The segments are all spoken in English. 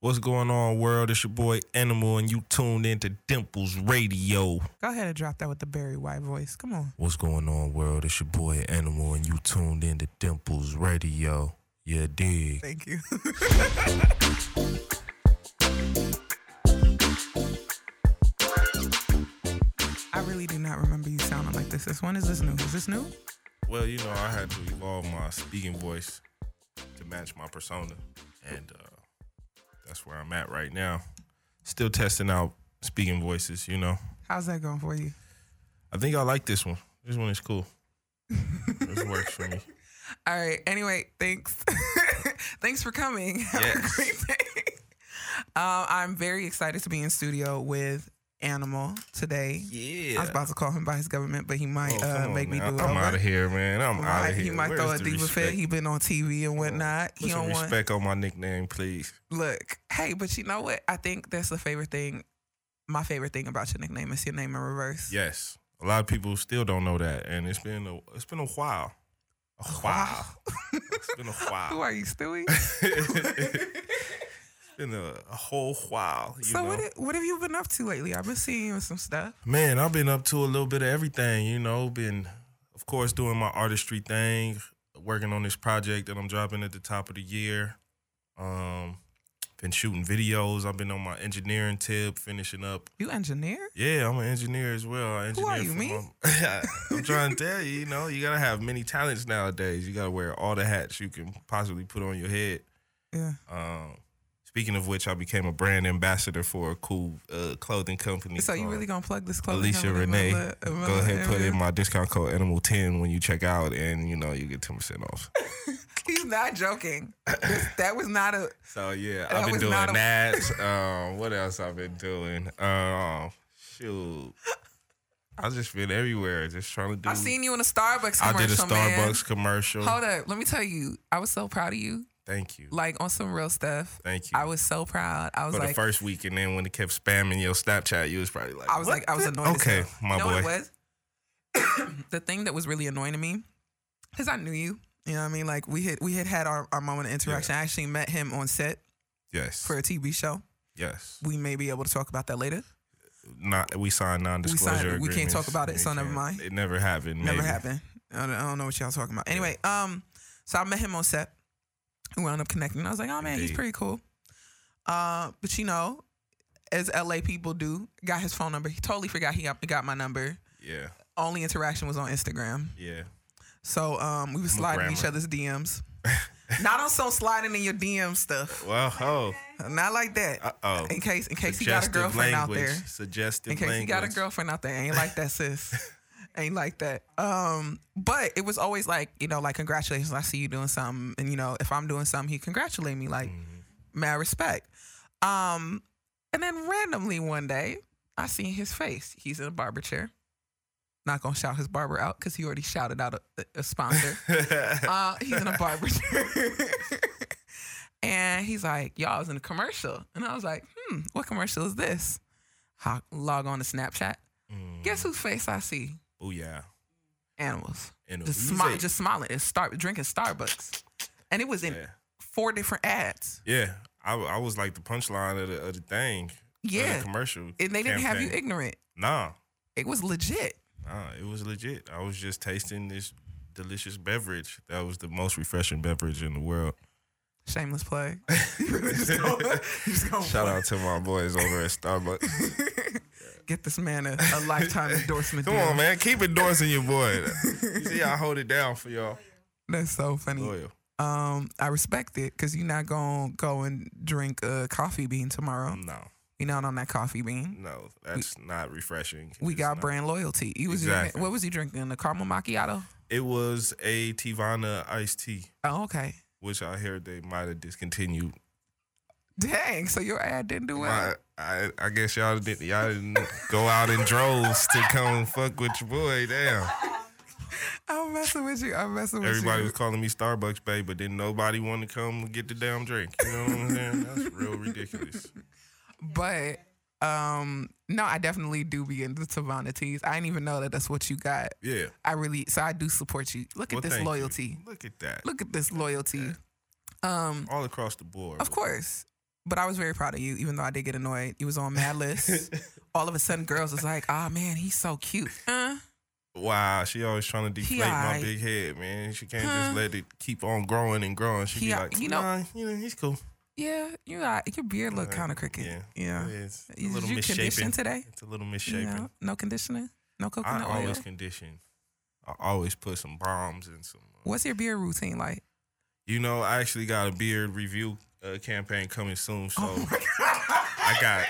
What's going on, world? It's your boy Animal, and you tuned into Dimples Radio. Go ahead and drop that with the Barry White voice. Come on. What's going on, world? It's your boy Animal, and you tuned into Dimples Radio. Yeah, dig. Thank you. I really do not remember you sounding like this. This one is this new? Is this new? Well, you know, I had to evolve my speaking voice to match my persona, and uh, that's where I'm at right now. Still testing out speaking voices, you know. How's that going for you? I think I like this one. This one is cool. this works for me. All right. Anyway, thanks. thanks for coming. Have Yes. a great day. Um, I'm very excited to be in studio with Animal today. Yeah. Oh, I was about to call him by his government, but he might uh, make me do it. I'm over. out of here, man. I'm out Right, of here. He might Where's throw a the diva fit. respect? He been on TV and whatnot. Put he some don't want respect on my nickname, please. look. Hey, but you know what? I think that's the favorite thing. My favorite thing about your nickname is your name in reverse. Yes, a lot of people still don't know that, and it's been a it's been a while. A while. it's been a Who while. are you, Stewie? it's been a, a whole while. You so know? what? What have you been up to lately? I've been seeing you in some stuff. Man, I've been up to a little bit of everything. You know, been of course doing my artistry thing, working on this project that I'm dropping at the top of the year. Um, been shooting videos. I've been on my engineering tip, finishing up You engineer? Yeah, I'm an engineer as well. I engineer Who are you, for me? my- I'm trying to tell you, you know, you gotta have many talents nowadays. You gotta wear all the hats you can possibly put on your head. Yeah. Um, speaking of which, I became a brand ambassador for a cool uh, clothing company. So you called really gonna plug this clothing? Alicia company, Renee. Mother- Mother- Go ahead, put in Mother- my discount code Animal Ten when you check out, and you know you get ten percent off. He's not joking. This- that was not a. So yeah, That I've been was doing not a- that. um, what else I've been doing? Um, shoot, I've just been everywhere, just trying to do. I've seen you in a Starbucks commercial, I did a Starbucks man. commercial. Hold up, let me tell you, I was so proud of you. Thank you. Like on some real stuff. Thank you. I was so proud. I was For the like, first week, and then when it kept spamming your Snapchat, you was probably like, I was "What like, I was the-" annoyed. as Okay, hell. my you know What boy. it was? the thing that was really annoying to me, because I knew you. You know what I mean? Like we had we had had our, our moment of interaction. I actually met him on set Yes, for a TV show. yes. We may be able to talk about that later. Not we signed non-disclosure. we can't agreements. talk about it, We so never can't- mind. It never happened. Never maybe. happened. I don't, I don't know what y'all talking about. Anyway, um, so I met him on set. We wound up connecting. I was like, oh man, he's Indeed. pretty cool. Uh, but you know, as LA people do, got his phone number. He totally forgot he got, got my number. Yeah, Only interaction was on Instagram. yeah. So um, we were sliding each grammar. other's DMs. Not on some sliding in your DM stuff. Well, oh, Not like that. uh oh. in case, in case he got a girlfriend out there. Suggestive In case language. he got a girlfriend out there, ain't like that, sis. ain't like that. Um, but it was always like you know, like congratulations. I see you doing something, and you know, if I'm doing something, he congratulate me. Like Mhm. mad respect. Um, and then randomly one day, I seen his face. He's in a barber chair. Not gonna shout his barber out because he already shouted out a, a sponsor. Mm-hmm. Uh, he's in a barber chair. and he's like, y'all I was in a commercial. And I was like, hmm, what commercial is this? Ho- log on to Snapchat. Mm. Guess whose face I see? Oh yeah. Animals. And Just, you smi- say- just smiling. It's start drinking Starbucks. And it was in yeah. four different ads. Yeah, I, I was like the punchline of the, of the thing. of Yeah. the commercial. And they didn't have you campaign. ignorant. Nah, It was legit. nah, it was legit. I was just tasting this delicious beverage. That was the most refreshing beverage in the world. Shameless plug. Just Oh, go- just go- Shout out to my boys over at Starbucks. Get this man a, a lifetime endorsement. Come deal. on, man, keep endorsing your boy. You see, I hold it down for y'all. That's so funny. Loyal. um, I respect it because you're not gonna go and drink a coffee bean tomorrow. No, You're not on that coffee bean. no, that's not refreshing. We It's got not. brand loyalty. He was Exactly. drinking, what was he drinking? The caramel macchiato. It was a Tivana iced tea, Oh, okay. which I heard they might have discontinued. Dang. So your ad didn't do well. My, I, I guess y'all didn't y'all didn't go out in droves to come fuck with your boy. Damn, I'm messing with you. I'm messing with everybody you. was calling me Starbucks babe, but then nobody wanted to come and get the damn drink. You know what I'm saying? That's real ridiculous. But um, no, I definitely do be into Tavana teas. I didn't even know that that's what you got. Yeah, I really. So I do support you. Look Well, at this thank you. loyalty. Look at that. Look at this loyalty. Um, All across the board. of course. But I was very proud of you, even though I did get annoyed. It was on Mad List. All of a sudden, girls was like, "Ah, man, he's so cute." Uh, Wow, she always trying to deflate my alright. big head, man. She can't Huh. just let it keep on growing and growing. She He be al- like, you you know- know, nah, you know, he's cool. yeah, you got your beard look Alright, kind of crooked. yeah, yeah. It's a Is little you misshapen. conditioned today? It's a little You misshapen. know, no conditioning, no I coconut oil. always condition. I always put some bombs and some. uh, What's your beard routine like? You know, I actually got a beard review uh, campaign coming soon, so Oh. Oh I got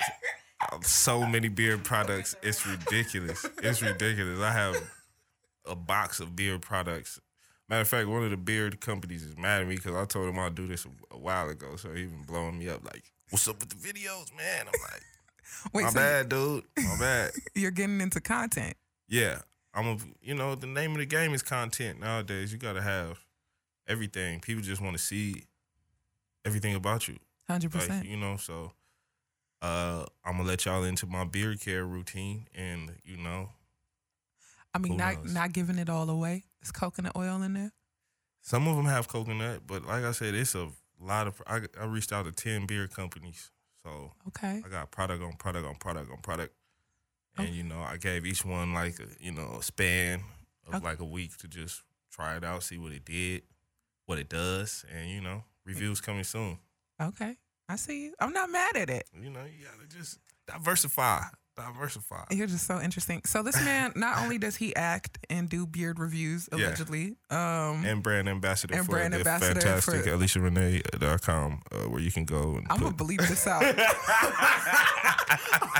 uh, so many beard products. It's ridiculous. It's ridiculous. I have a box of beard products. Matter of fact, one of the beard companies is mad at me because I told him I'll do this a- a while ago, so he been blowing me up like, "What's up with the videos, man?" I'm like, Wait, "My so bad, dude. My bad." you're getting into content. Yeah, I'm a. You know, the name of the game is content nowadays. You gotta have everything. People just want to see everything about you. Hundred Like, percent. you know, so uh, I'm gonna let y'all into my beard care routine, and you know, I mean, who not knows? not giving it all away. It's coconut oil in there. some of them have coconut, but like I said, it's a lot of. I, I reached out to ten beard companies, so Okay. I got product on product on product on product, and you know, I gave each one like a, you know a span of Okay. like a week to just try it out, see what it did, what it does, and you know, reviews coming soon. Okay. I see you. I'm not mad at it. You know, you gotta just diversify, diversify. You're just so interesting. So this man, not only does he act and do beard reviews Yeah. allegedly, um, and brand ambassador And for brand the ambassador fantastic for- AliciaRenee.com, uh, where you can go and I'm gonna put- bleep this out. I'm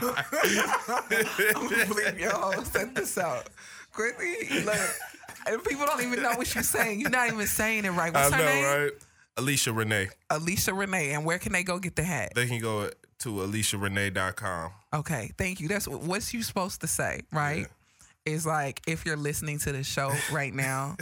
gonna bleep your whole sentence out. Quincy, look, and people don't even know what you're saying. You're not even saying it right. I What's know, her name? right? Alicia Renee. Alicia Renee. And where can they go get the hat? They can go to AliciaRenee.com. Okay, thank you. That's what what's you supposed to say, right? Is like if you're listening to the show right now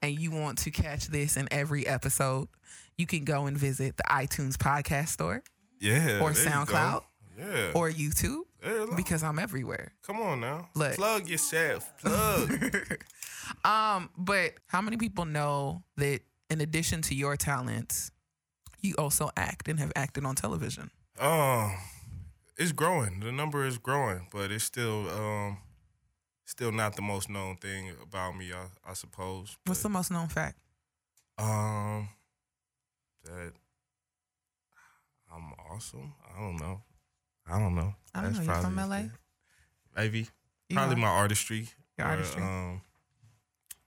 and you want to catch this in every episode, you can go and visit the iTunes podcast store Yeah. Or there you go. SoundCloud. Yeah. or YouTube Yeah, look, because I'm everywhere. come on now. Look. Plug yourself. Plug. um, but how many people know that in addition to your talents, you also act and have acted on television? Um, it's growing. The number is growing, but it's still um, still not the most known thing about me. I, I suppose. What's but- the most known fact? Um, that I'm awesome. I don't know. I don't know. I don't know. You're from probably- LA? Maybe. You probably are- my artistry. your or, artistry. Um,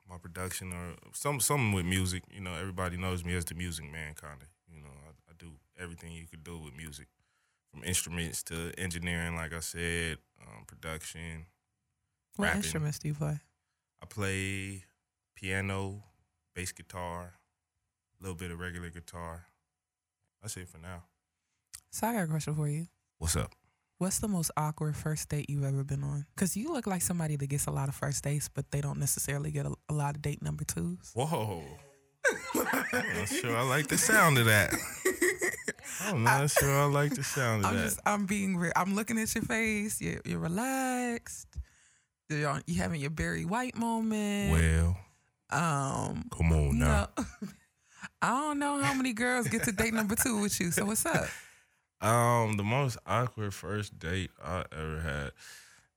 my production or some something with music. You know, everybody knows me as the music man, kind of. You know, I, I do everything you could do with music, from instruments to engineering. Like I said, um, production. what rapping. instruments do you play? I play piano, bass guitar, a little bit of regular guitar. That's it for now. So I got a question for you. What's up? What's the most awkward first date you've ever been on? Because you look like somebody that gets a lot of first dates, but they don't necessarily get a, a lot of date number twos. Whoa. I'm not sure I like the sound of that. I'm not sure I like the sound of I'm that. just, I'm being real. I'm looking at your face. You're, you're relaxed. You're, on, you're having your Barry White moment. well, oh, um, come on now. no. I don't know how many girls get to date number two with you. So what's up? Um, the most awkward first date I ever had.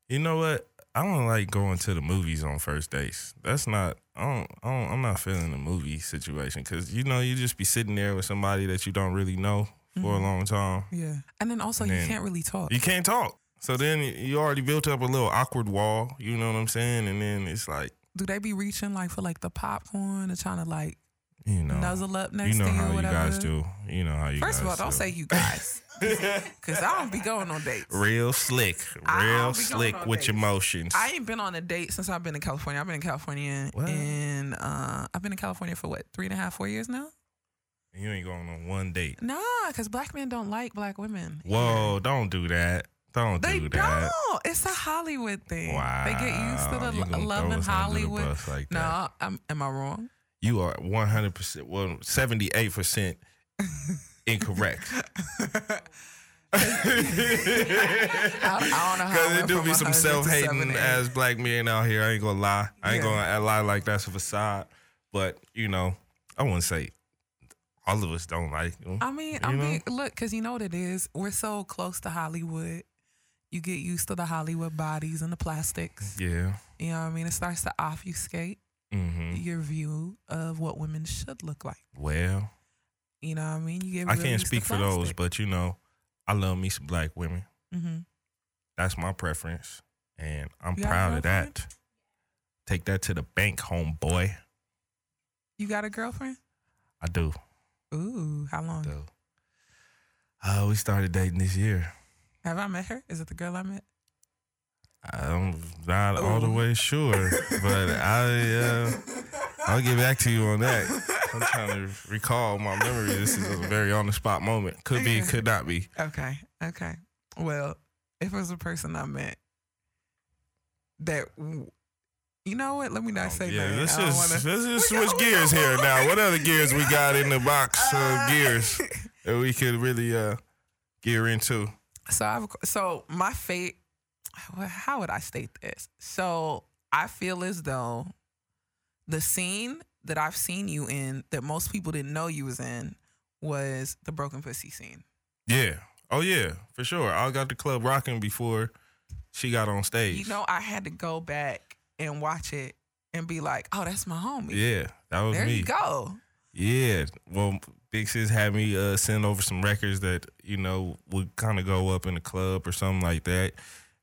You know what? I don't like going to the movies on first dates. That's not. I don't. I don't I'm not feeling the movie situation because you know you just be sitting there with somebody that you don't really know for Mm-hmm. a long time. Yeah. And then also, And you then- can't really talk. You can't talk. So then you already built up a little awkward wall. You know what I'm saying? And then it's like Do they be reaching like for like the popcorn or trying to like you know. nuzzle up next you know to you how or you whatever? guys do. You know how you. First of all, guys don't say do. you guys, because I don't be going on dates. Real slick, I don't real be going slick on with dates. emotions. I ain't been on a date since I've been in California. I've been in California What? and uh, I've been in California for what three and a half, four years now. you ain't going on one date. Nah, because black men don't like black women. here. Whoa! Don't do that. Don't they do do that. not It's a Hollywood thing. Wow. They get used to You the gonna l- love throw in us under the Hollywood. bus like No, that. I'm, am I wrong? You are one hundred percent, well, seventy eight percent incorrect. I, I don't know how. I Cause went it do from be some 100 to self hating 78. as black men out here. I ain't gonna lie. I ain't Yeah. gonna lie like that's a facade. But you know, I wouldn't say all of us don't like them. I mean, You I'm know? being, look, because you know what it is. We're so close to Hollywood. You get used to the Hollywood bodies and the plastics. Yeah. You know what I mean? It starts to obfuscate hmm your view of what women should look like. Well, You know what I mean? You get. I can't speak for those, but you know, I love me some black women. hmm That's my preference, and I'm You got a proud of girlfriend? that. Take that to the bank, homeboy. you got a girlfriend? I do. Ooh, how I long? do. Uh, we started dating this year. Have I met her? Is it the girl I met? I'm not all the Ooh. way sure, but I uh, I'll get back to you on that. I'm trying to recall my memory. This is a very on the spot moment. Could be, could not be. Okay, okay. Well, if it was a person I met that, you know what? Let me not say Um, Oh, yeah, that. let's I don't just wanna- let's just We got- switch we gears got- here now. What other gears we got in the box Uh. of gears that we could really uh gear into? So I've so my fate. How would I state this? So I feel as though the scene that I've seen you in, that most people didn't know you was in, was the broken pussy scene. Yeah. Oh yeah, for sure. I got the club rocking before she got on stage. You know, I had to go back and watch it and be like, "Oh, that's my homie." yeah, that was there me. you go. Yeah. Well, Big Sis had me uh, send over some records that, you know, would kind of go up in the club or something like that.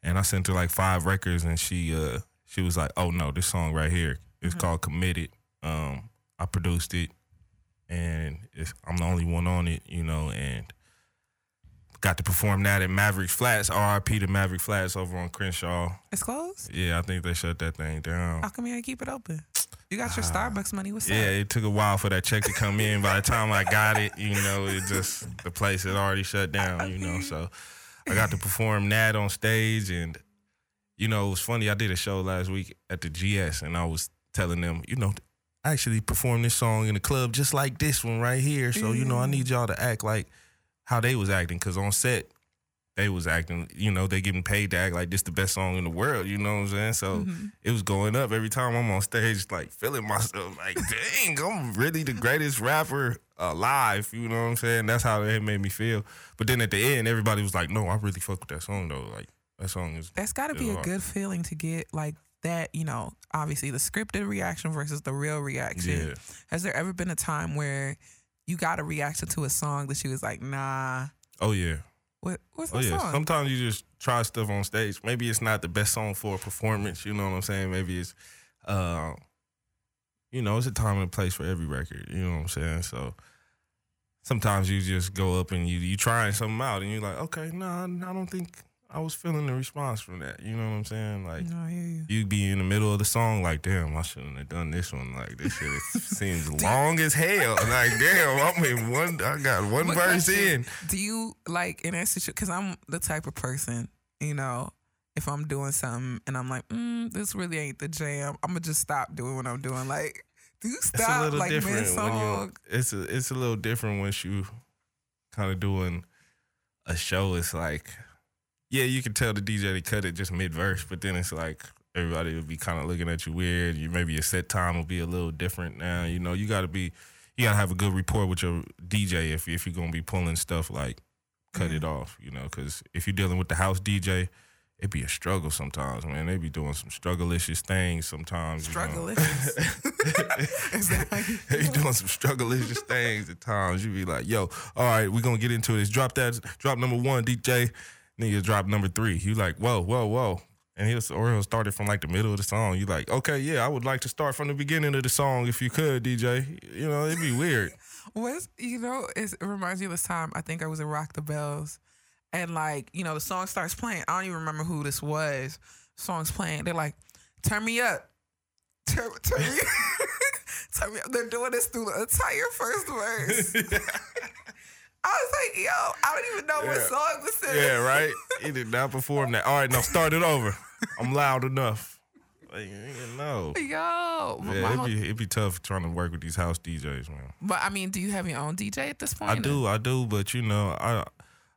And I sent her like five records and she uh, she was like, oh no, this song right here is Mhm. called Committed. Um, I produced it and it's, I'm the only one on it, you know, and got to perform that at Maverick Flats, RIP to Maverick Flats over on Crenshaw. It's closed. Yeah, I think they shut that thing down. How come you ain't keep it open? You got your Ah, Starbucks money. What's Yeah, up? it took a while for that check to come in. By the time I got it, you know, it just the place had already shut down, you know. So I got to perform that on stage and you know, it was funny. I did a show last week at the GS and I was telling them, you know, I actually performed this song in the club just like this one right here. So, you know, I need y'all to act like how they was acting cuz on set they was acting, you know, they getting paid to act like this the best song in the world, you know what I'm saying? So Mhm. it was going up every time I'm on stage, like feeling myself, like, dang, I'm really the greatest rapper alive. You know what I'm saying? That's how it made me feel. But then at the end, everybody was like, no, I really fuck with that song though. Like that song is That's got to be It's a hard. good feeling to get like that. You know, obviously the scripted reaction versus the real reaction. yeah. Has there ever been a time where you got a reaction to a song that you was like, nah, Oh yeah. what, what's Oh the yeah. song? Sometimes you just try stuff on stage. Maybe it's not the best song for a performance. You know what I'm saying? Maybe it's, uh, you know, it's a time and place for every record. You know what I'm saying? So sometimes you just go up and you you trying something out and you're like, okay, no, I don't think I was feeling the response from that. You know what I'm saying? Like no, I hear you. you'd be in the middle of the song like, damn, I shouldn't have done this one. Like this shit it seems long as hell. Like damn, I'm in one. I got one What verse in. question? Do you like in that situation? Because I'm the type of person, you know, if I'm doing something and I'm like, mm, this really ain't the jam, I'm gonna just stop doing what I'm doing. Like, do you It's a stop little like different mid when you. song? It's a it's a little different once you kind of doing a show. It's like, yeah, you can tell the DJ to cut it just mid verse, but then it's like everybody will be kind of looking at you weird. You maybe your set time will be a little different now. You know, you got to be you got to have a good rapport with your DJ if if you're gonna be pulling stuff like cut Mm-hmm. it off. You know, because if you're dealing with the house DJ. It be a struggle sometimes, man. They be doing some struggle-issues things sometimes. you know. Struggle-issues. Is that how you They be doing some struggle-issues things at times. You be like, yo, all right, we're gonna get into this. Drop that drop number one, DJ. Nigga drop number three. You like, whoa, whoa, whoa. And he'll or he'll start it from like the middle of the song. You like, okay, yeah, I would like to start from the beginning of the song if you could, DJ. You know, it'd be weird. Was you know it's, it reminds me of this time I think I was at Rock the Bells, and like you know the song starts playing. I don't even remember who this was. Song's playing. They're like, "Turn me up, turn, turn me, up." turn me up." They're doing this through the entire first verse. I was like, "Yo, I don't even know Yeah. what song this is." yeah, right? He did not perform that. All right, now start it over. I'm loud enough. Like, nigga, no. Yo, but, my Yeah, it'd whole- be, it'd be tough trying to work with these house DJs, man. but I mean, do you have your own DJ at this point? I do, I do, but you know, I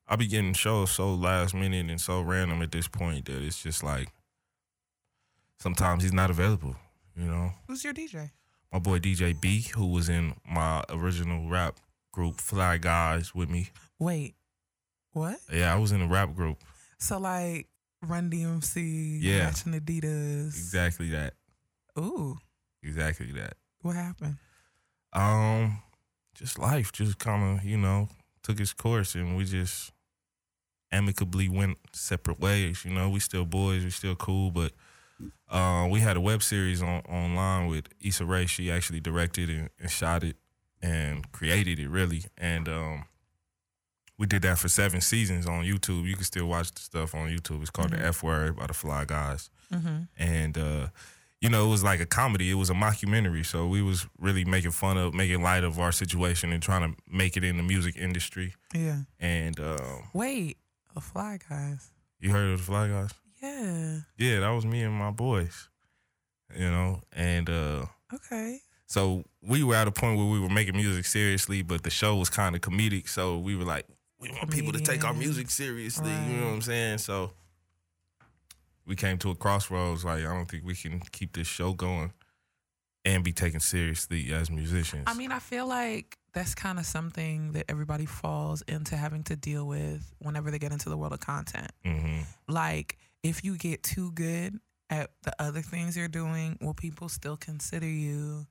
I be getting shows so last minute and so random at this point that it's just like sometimes he's not available. You know, Who's your DJ? my boy DJ B, who was in my original rap group Fly Guys with me. Wait, what? Yeah, I was in a rap group. So like Run DMC, Yeah. matching Adidas. Exactly that. Ooh, Exactly that. what happened? Um, just life, just kind of you know took its course, and we just amicably went separate ways. You know, we still boys, we still cool, but uh, we had a web series on online with Issa Rae. She actually directed and, and shot it and created it really, and um. We did that for seven seasons on YouTube. You can still watch the stuff on YouTube. It's called Mhm. The F Word by the Fly Guys Mm-hmm. and uh you know it was like a comedy it was a mockumentary so we was really making fun of making light of our situation and trying to make it in the music industry Yeah. and um Wait, the Fly Guys. you heard of the fly guys Yeah. yeah that was me and my boys you know and uh Okay. so we were at a point where we were making music seriously but the show was kind of comedic so we were like we want people to take our Comedians. music seriously you know what i'm Right. saying so we came to a crossroads like i don't think we can keep this show going and be taken seriously as musicians I mean, I feel like that's kind of something that everybody falls into having to deal with whenever they get into the world of content. hmm Like, if you get too good at the other things you're doing, will people still consider you?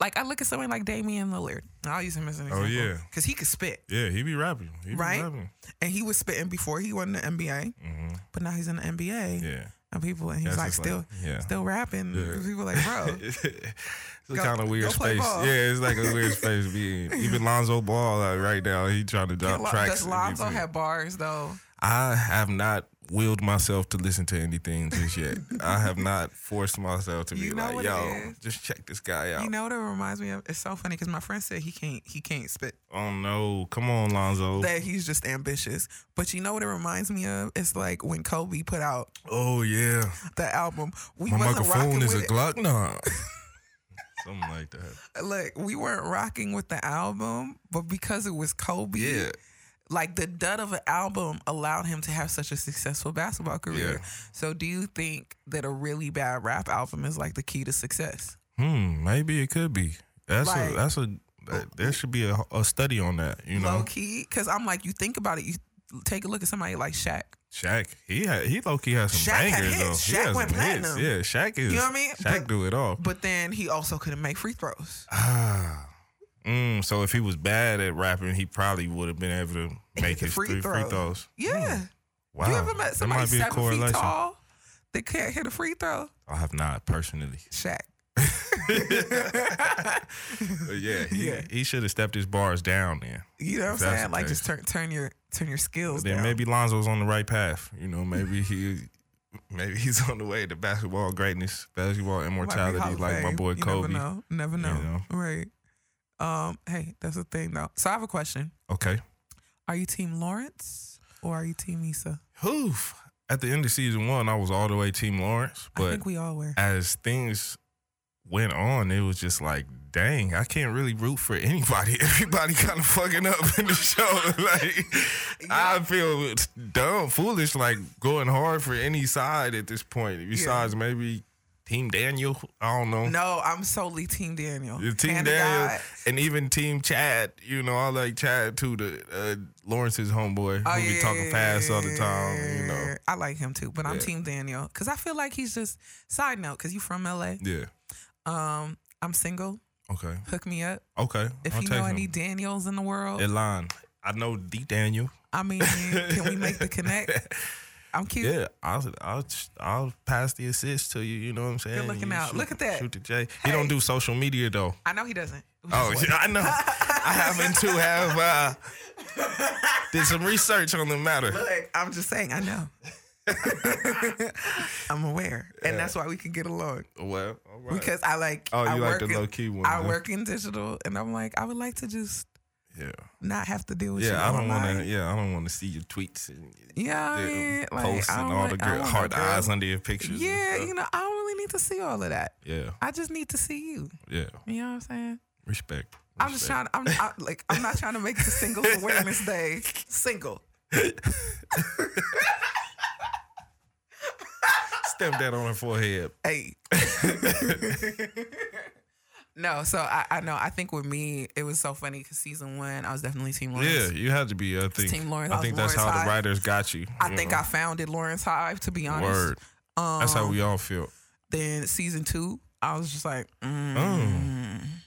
Like, I look at someone like Damian Lillard. and I'll use him as an Oh, example. yeah. Because he could spit. yeah he be rapping he be Right? rapping And he was spitting before he went in the NBA, hmm but now he's in the NBA. yeah And people, and he's That's like, just still. yeah Still rapping. Yeah. People like, bro, it's a Go- kind of weird go play space. ball. Yeah, it's like a weird space. Being even Lonzo Ball like, right now, he trying to drop Lo- tracks. does and Lonzo everything. have bars though? I have not willed myself to listen to anything just yet. I have not forced myself to be You know like, what it yo, is. just check this guy out. You know what it reminds me of? It's so funny because my friend said he can't he can't spit. oh no, come on, Lonzo. That he's just ambitious. But you know what it reminds me of? It's like when Kobe put out oh yeah, the album. We my wasn't rocking microphone is a with Glock knob. Something like that. it. Look, we weren't rocking with the album, but because it was Kobe, Yeah, like the dud of an album allowed him to have such a successful basketball career. Yeah. So do you think that a really bad rap album is like the key to success? hmm, maybe it could be. That's Like- a that's a that, there should be a, a study on that. You know, Low key? Because I'm like, you think about it, you take a look at somebody like Shaq. Shaq he had, he low key has some Shaq had bangers hits. though. Shaq he has went some hits. platinum. Yeah, Shaq is. You know what I mean? Shaq But- do it all. But then he also couldn't make free throws. Ah. Mm, so if he was bad at rapping, he probably would have been able to make his Free free, free throws. throws. Yeah. Mm. Wow. You ever met That somebody might be a seven feet correlation. tall that can't hit a free throw? I have not personally. Shaq. But yeah, he, Yeah. he should have stepped his bars down then. You know what I'm If that's saying? the Like case. just turn turn your turn your skills Then down. maybe Lonzo's on the right path. You know, maybe he maybe he's on the way to basketball greatness, basketball Might be Hall immortality of like my Fame. boy you Kobe. Never know. Never know. know? Right. Um, hey, that's the thing though. So I have a question. Okay. Are you team Lawrence or are you team Issa? Oof. At the end of season one, I was all the way Team Lawrence, I but think we all were. as things went on, it was just like, dang, I can't really root for anybody. Everybody kind of fucking up in the show. like, I feel dumb, foolish, like going hard for any side at this point. Besides, maybe Team Daniel. I don't know. No, I'm solely team Daniel. Your Team Hand to Daniel God. and even Team Chad, you know, I like Chad too, the uh, Lawrence's homeboy Oh, who be talking fast all the time, you know. yeah. I like him too, but I'm Yeah. team Daniel because I feel like he's just side note because you from LA. Yeah. Um, I'm single. Okay. Hook me up. Okay. If I'll you take know any him. Daniels in the world, Elon. I know D Daniel. I mean, can we make the connect? I'm cute. Yeah, I'll I'll I'll pass the assist to you. You know what I'm saying? looking You out. Look at that. Shoot the J. Hey. He don't do social media though. I know he doesn't. Oh, yeah, I know. I happen to have uh, did some research on the matter. Look, I'm just saying. I know. I'm aware, and that's why we can get along Well, all right. because I like. oh, you I like work the in, low key one? I huh? work in digital, and I'm like, I would like to just Yeah, not have to deal with you. yeah. I don't want to. online. Yeah, I don't want to see your tweets and Yeah, I the mean, like, posts I and don't all want- the I don't girl, want hard no girl- eyes under your pictures. and Yeah, stuff. you know, I don't really need to see all of that. yeah. I just need to see you. Yeah. You know what I'm saying? Respect. I'm just trying. I'm I, like, I'm not trying to make the Singles Awareness Day single. Stamp that on her forehead. Hey, No, so I, I know. I think with me, it was so funny because season one, I was definitely Team Yeah, Lawrence. you had to be. I think. Team Lawrence. I think that's how Lawrence Hive. the writers got you. I you think know? I founded Lawrence Hive, to be honest. Word. Um, That's how we all feel. Oh. Then season two, I was just like, mm.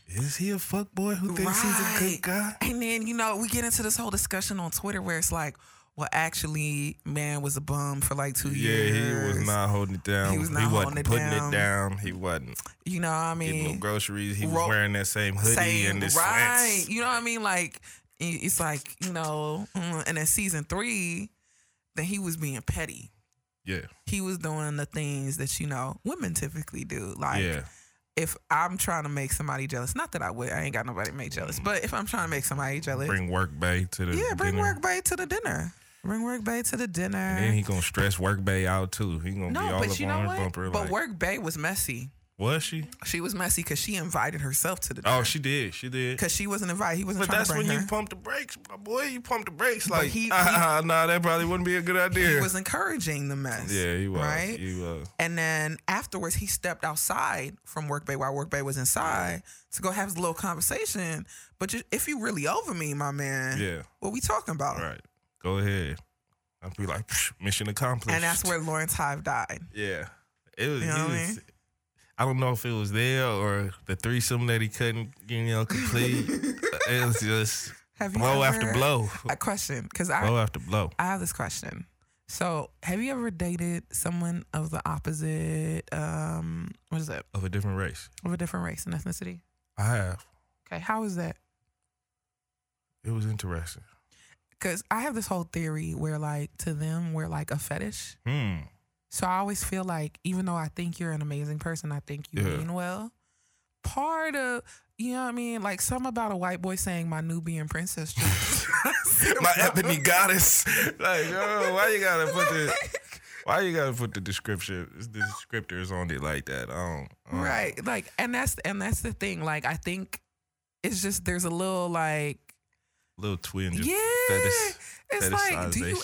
Is he a fuck boy who thinks he's a Right. good guy? And then, you know, we get into this whole discussion on Twitter where it's like, well, actually, man was a bum for like two Yeah, years. he was not holding it down. He was not wasn't holding it putting down. it down. He wasn't You know what I getting no mean? groceries. He Ro- was wearing that same hoodie Same, and his right. sweats. You know what I mean? Like, i- it's like, you know, mm, and then season three, then he was being petty. Yeah, He was doing the things that, you know, women typically do. Like, yeah. if I'm trying to make somebody jealous, not that I would, I ain't got nobody to make jealous, but if I'm trying to make somebody jealous, Bring work bay to the yeah, bring dinner. work bay to the dinner. Bring work bay to the dinner. And then he gonna stress work bay out too. He gonna be no, all but up you on know her what? bumper. but like, work bay was messy. was she? She was messy because she invited herself to the dinner. Oh, she did. She did. Because she wasn't invited. He wasn't But trying that's to when bring you her. pump the brakes, my boy. You pump the brakes But like, he- ah, nah, that probably wouldn't be a good idea. he was encouraging the mess. yeah, he was. Right? He was. And then afterwards, he stepped outside from Work Bay while Work Bay was inside to go have his little conversation. But you, if you really over me, my man, Yeah. what we talking about? All right. Go ahead. I'd be like, "Psh, mission accomplished. And that's where Lawrence Hive died. Yeah. It was. You know he what I was- mean? I don't know if it was there or the threesome that he couldn't, you know, complete. it was just Have you blow ever, after blow, A question, because I blow after blow. I have this question. So, have you ever dated someone of the opposite, um, what is that, of a different race. of a different race and ethnicity? I have. Okay, how is that? It was interesting. Because I have this whole theory where, like, to them, we're like a fetish. Hmm. So I always feel like, even though I think you're an amazing person, I think you Yeah. mean well. Part of you know what I mean, like something about a white boy saying my Nubian princess. treatment. My ebony goddess. Like, yo, why you gotta put the why you gotta put the description the descriptors on it like that? I don't, I don't- right, like, and that's and that's the thing. Like, I think it's just there's a little like, Little twinge. of yeah, fetish. it's like, do fetishization, you or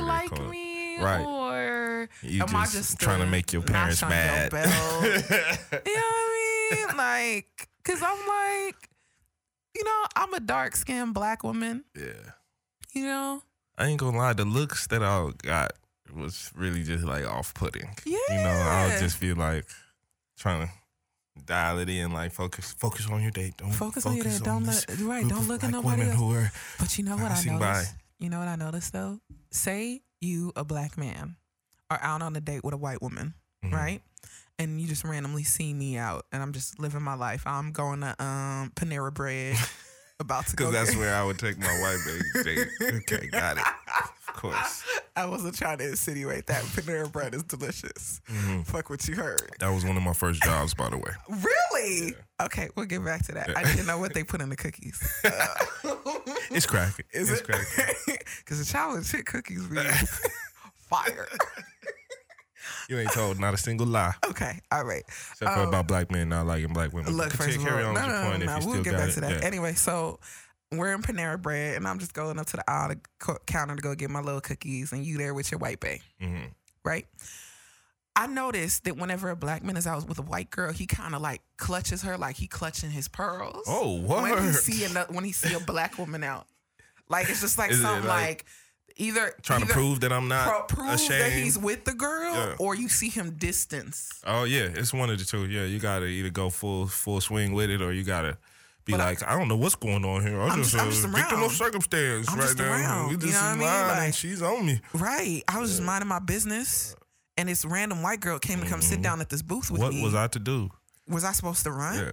whatever they like call it. me, Right. or You Am I just, just, trying uh, to make your not parents Sean Bell mad. You know what I mean? Like, cause I'm like, you know, I'm a dark skinned black woman, yeah. you know? I ain't gonna lie, the looks that I got was really just like off putting. Yeah. You know, I would just feel like trying to dial it in, like focus focus on your date. Don't focus, on your dad. Don't this let right, group don't of look at black nobody women else. who are But you know what I passing noticed? by. You know what I noticed though? Say you a black man are out on a date with a white woman, Mhm. right? And you just randomly see me out and I'm just living my life. I'm going to um Panera Bread about to go Because that's get- where I would take my white baby date. Okay, got it. Of course. I wasn't trying to insinuate that Panera Bread is delicious. Mhm. Fuck what you heard. That was one of my first jobs, by the way. Really? Okay, we'll get back to that. I Yeah. didn't know what they put in the cookies. Uh, It's cracking. Is it's it? cracking. Because the chocolate chip cookies be fire. You ain't told not a single lie. Okay, all right. Except for Um, about black men not liking black women. Look, Continue, first of all, carry no, on with your no, point no, if you we'll still get got back it. to that. Yeah. Anyway, so we're in Panera Bread, and I'm just going up to the aisle to co- counter to go get my little cookies, and you there with your white bae, Mhm. right? I noticed that whenever a black man is out with a white girl, he kind of like clutches her, like he clutching his pearls. Oh, when he word. see ano- when he see a black woman out, like it's just like Is it something like, like- either Trying to either prove that I'm pro- not prove ashamed. that he's with the girl, Yeah. or you see him distance. Oh yeah, it's one of the two. Yeah, you gotta either go full full swing with it, or you gotta be But I- like, I, don't know what's going on here. I'm, I'm just, uh, just- a I'm just victim around. of circumstance I'm right just now. around. We You just know what I in mean? line Like- and she's on me. Right. I was just minding my business, and this random white girl came to come sit down at this booth with Mm-hmm. What me. was I to do? Was I supposed to run? Yeah.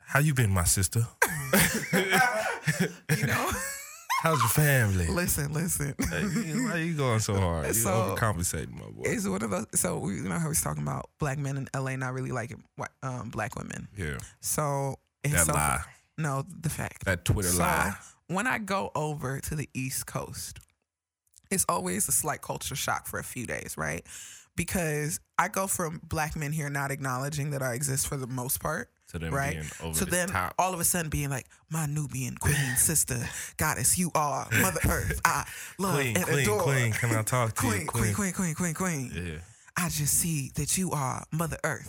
How you been, my sister? You know. How's your family? listen, listen. Hey, you- why you going so hard? You So- overcompensating, my boy. It's one of those. So we- you know how we was talking about black men in LA not really liking white, um, black women. Yeah, So it's that so, lie, No, the fact. that Twitter So, lie. when I go over to the East Coast, it's always a slight culture shock for a few days, right? Because I go from black men here not acknowledging that I exist for the most part. To them right. being over so the then top. all of a sudden being like, my Nubian queen, sister, goddess, you are, mother earth, I love Queen, and queen, adore. queen. Can I talk to you, Queen, queen, queen? queen, queen, queen, queen. Yeah. I just see that you are Mother Earth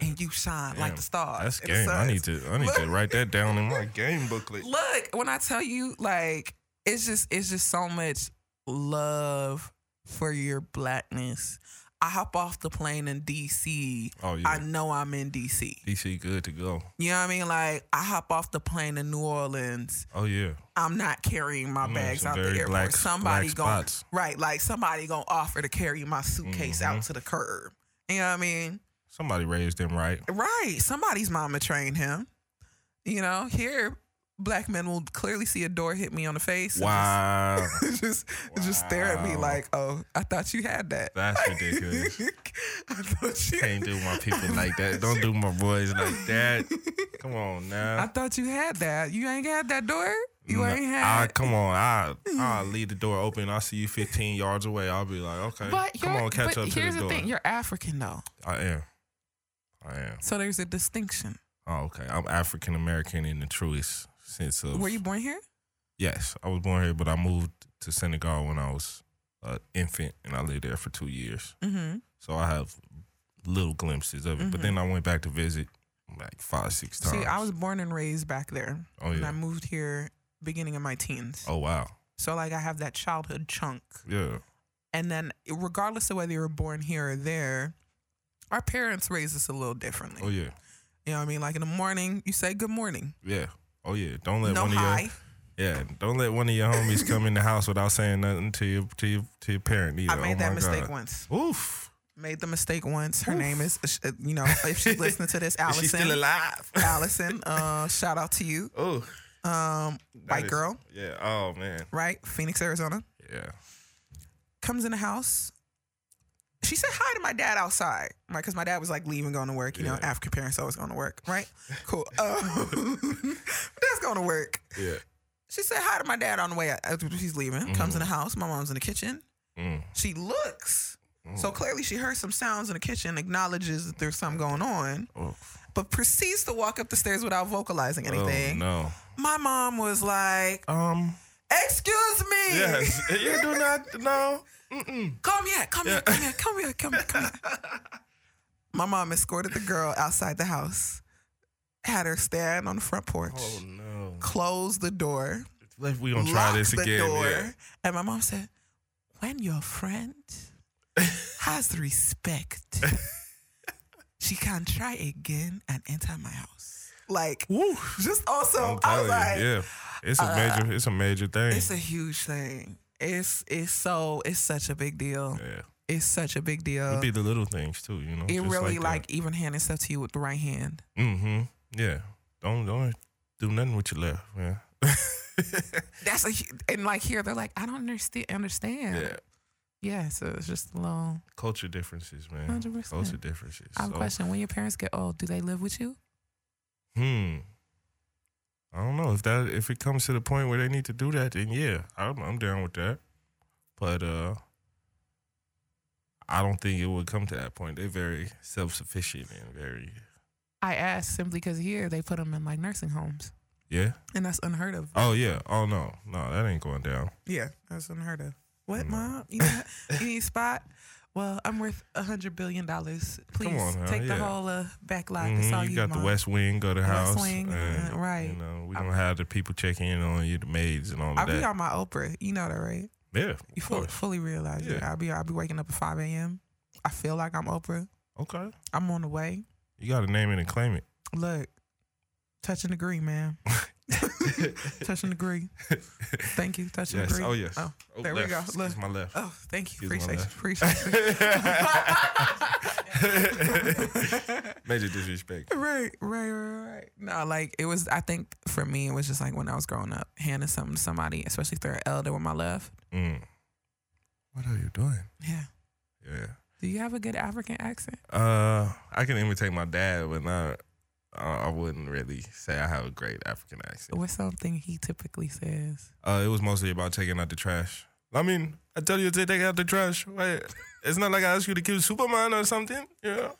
and you shine like Damn, the stars. That's and the game. I suns." need to I need to write that down in my game booklet. Look, when I tell you, like, it's just it's just so much love for your blackness. I hop off the plane in DC. Oh I yeah. know I'm in DC. DC good to go. You know what I mean? Like I hop off the plane in New Orleans. Oh yeah. I'm not carrying my Mm, bags some out the very airport. black- somebody black going spots. right, like somebody gonna offer to carry my suitcase out Mm-hmm. to the curb. You know what I mean? Somebody raised him right. Right. Somebody's mama trained him. You know, here black men will clearly see a door hit me on the face. and Wow. Just, just, just stare at me Wow. like, oh, I thought you had that. That's ridiculous. I thought you Can't do my people like that. Don't do my boys like that. Come on I now. thought you had that. You ain't had that door. You No, ain't I had. Ah, Hmm. come on. I I leave the door open. I see you 15 yards away. I'll be like, okay, But come you're- on, catch but up to here's the the door. thing: you're African though, I am. I am. so there's a distinction. Oh, okay. I'm African American in the truest sense of. Were you born here? Yes, I was born here, but I moved to Senegal when I was an infant, and I lived there for two years. Mm-hmm. So I have little glimpses of it. But then I went back to visit like five, six times. See, I was born and raised back there, Oh and I yeah. moved here beginning of my teens. Oh wow. So like I have that childhood chunk, Yeah. and then regardless of whether you were born here or there, our parents raised us a little differently. Oh yeah. You know what I mean? Like in the morning, you say good morning, Yeah. Oh yeah. Don't let no one of hi. your yeah. Don't let one of your homies come in the house without saying nothing to your to your to your parent either. I made oh, that my mistake God. once. Oof. Made the mistake once. Her name is, uh, you know, if she's listening to this, Allison. She's still alive. Allison, uh, shout out to you. oh. Um, that white is- girl, Yeah. Oh man. right? Phoenix, Arizona. Yeah. Comes in the house. She said hi to my dad outside, right? Because my dad was like leaving, going to work. You know, Yeah. African parents always going to work, right? Cool. Um, that's going to work. Yeah. She said hi to my dad on the way out. as She's leaving. Comes in Mm-hmm. the house. My mom's in the kitchen. Mm. She looks. So clearly, she heard some sounds in the kitchen, acknowledges that there's something going on, Oh. but proceeds to walk up the stairs without vocalizing anything. Oh, My mom was like, no. Um. Excuse me. Yes. you do not. No. Mm-mm. Come here. Come here. Yeah. Come here. Come here. Come here. Come here. My mom escorted the girl outside the house, had her stand on the front porch, Oh no. closed the door, Like we gonna locked try this the again. door, Yeah. and my mom said, "When your friend has respect, she can try again and enter my house." Like, Woo. just I'm also, I telling you. was like, uh, yeah. It's a major. It's a major thing. it's a huge thing. It's it's so it's such a big deal. yeah. It's such a big deal. It'd be the little things too. You know. It really like, even handing stuff to you with the right hand. Mm-hmm. Yeah. Don't don't do nothing with your left. Yeah. That's a hu- and like here they're like I don't understand. Understand. Yeah. Yeah, So it's just a little. Culture differences, man. 100%. Culture differences. I have a So, question. When your parents get old, do they live with you? Hmm. I don't know if that if it comes to the point where they need to do that, then yeah, I'm I'm down with that. But uh, I don't think it would come to that point. They're very self sufficient and very I asked simply because here they put them in like nursing homes, yeah. and that's unheard of. Oh yeah. Oh no, no, that ain't going down. Yeah, that's unheard of. What, No. mom? You need, you need a spot? Well, I'm worth a hundred billion dollars. Please on now, take the yeah. whole uh, back lot. Mhm, That's all you, you, got Mom. the West Wing, go to West house, Wing, and, uh, right. You know, we I- don't have the people checking in on you, the maids and all of I'll be that. on my Oprah. You know that, right? yeah, of You fully, course. fully realize it. Yeah. I'll be I'll be waking up at five a.m. I feel like I'm Oprah. Okay, I'm on the way. you got to name it and claim it. Look, touch and agree, man. touch and agree. Thank you. Touch and yes. agree. Oh yes. Oh, there we left. go. Excuse Look. my left. Oh, thank you. Excuse my Appreciate you. left. Appreciate you. Major disrespect. Right, right, right, right. No, like it was. I think for me, it was just like when I was growing up, handing something to somebody, especially if they're an elder with my left. Mm. What are you doing? Yeah. Yeah. Do you have a good African accent? Uh, I can imitate my dad, but not. uh, I I wouldn't really say I have a great African accent. What's something he typically says? Uh, it was mostly about taking out the trash. I mean, I tell you to take out the trash. Right? It's not like I asked you to kill Superman or something. You know?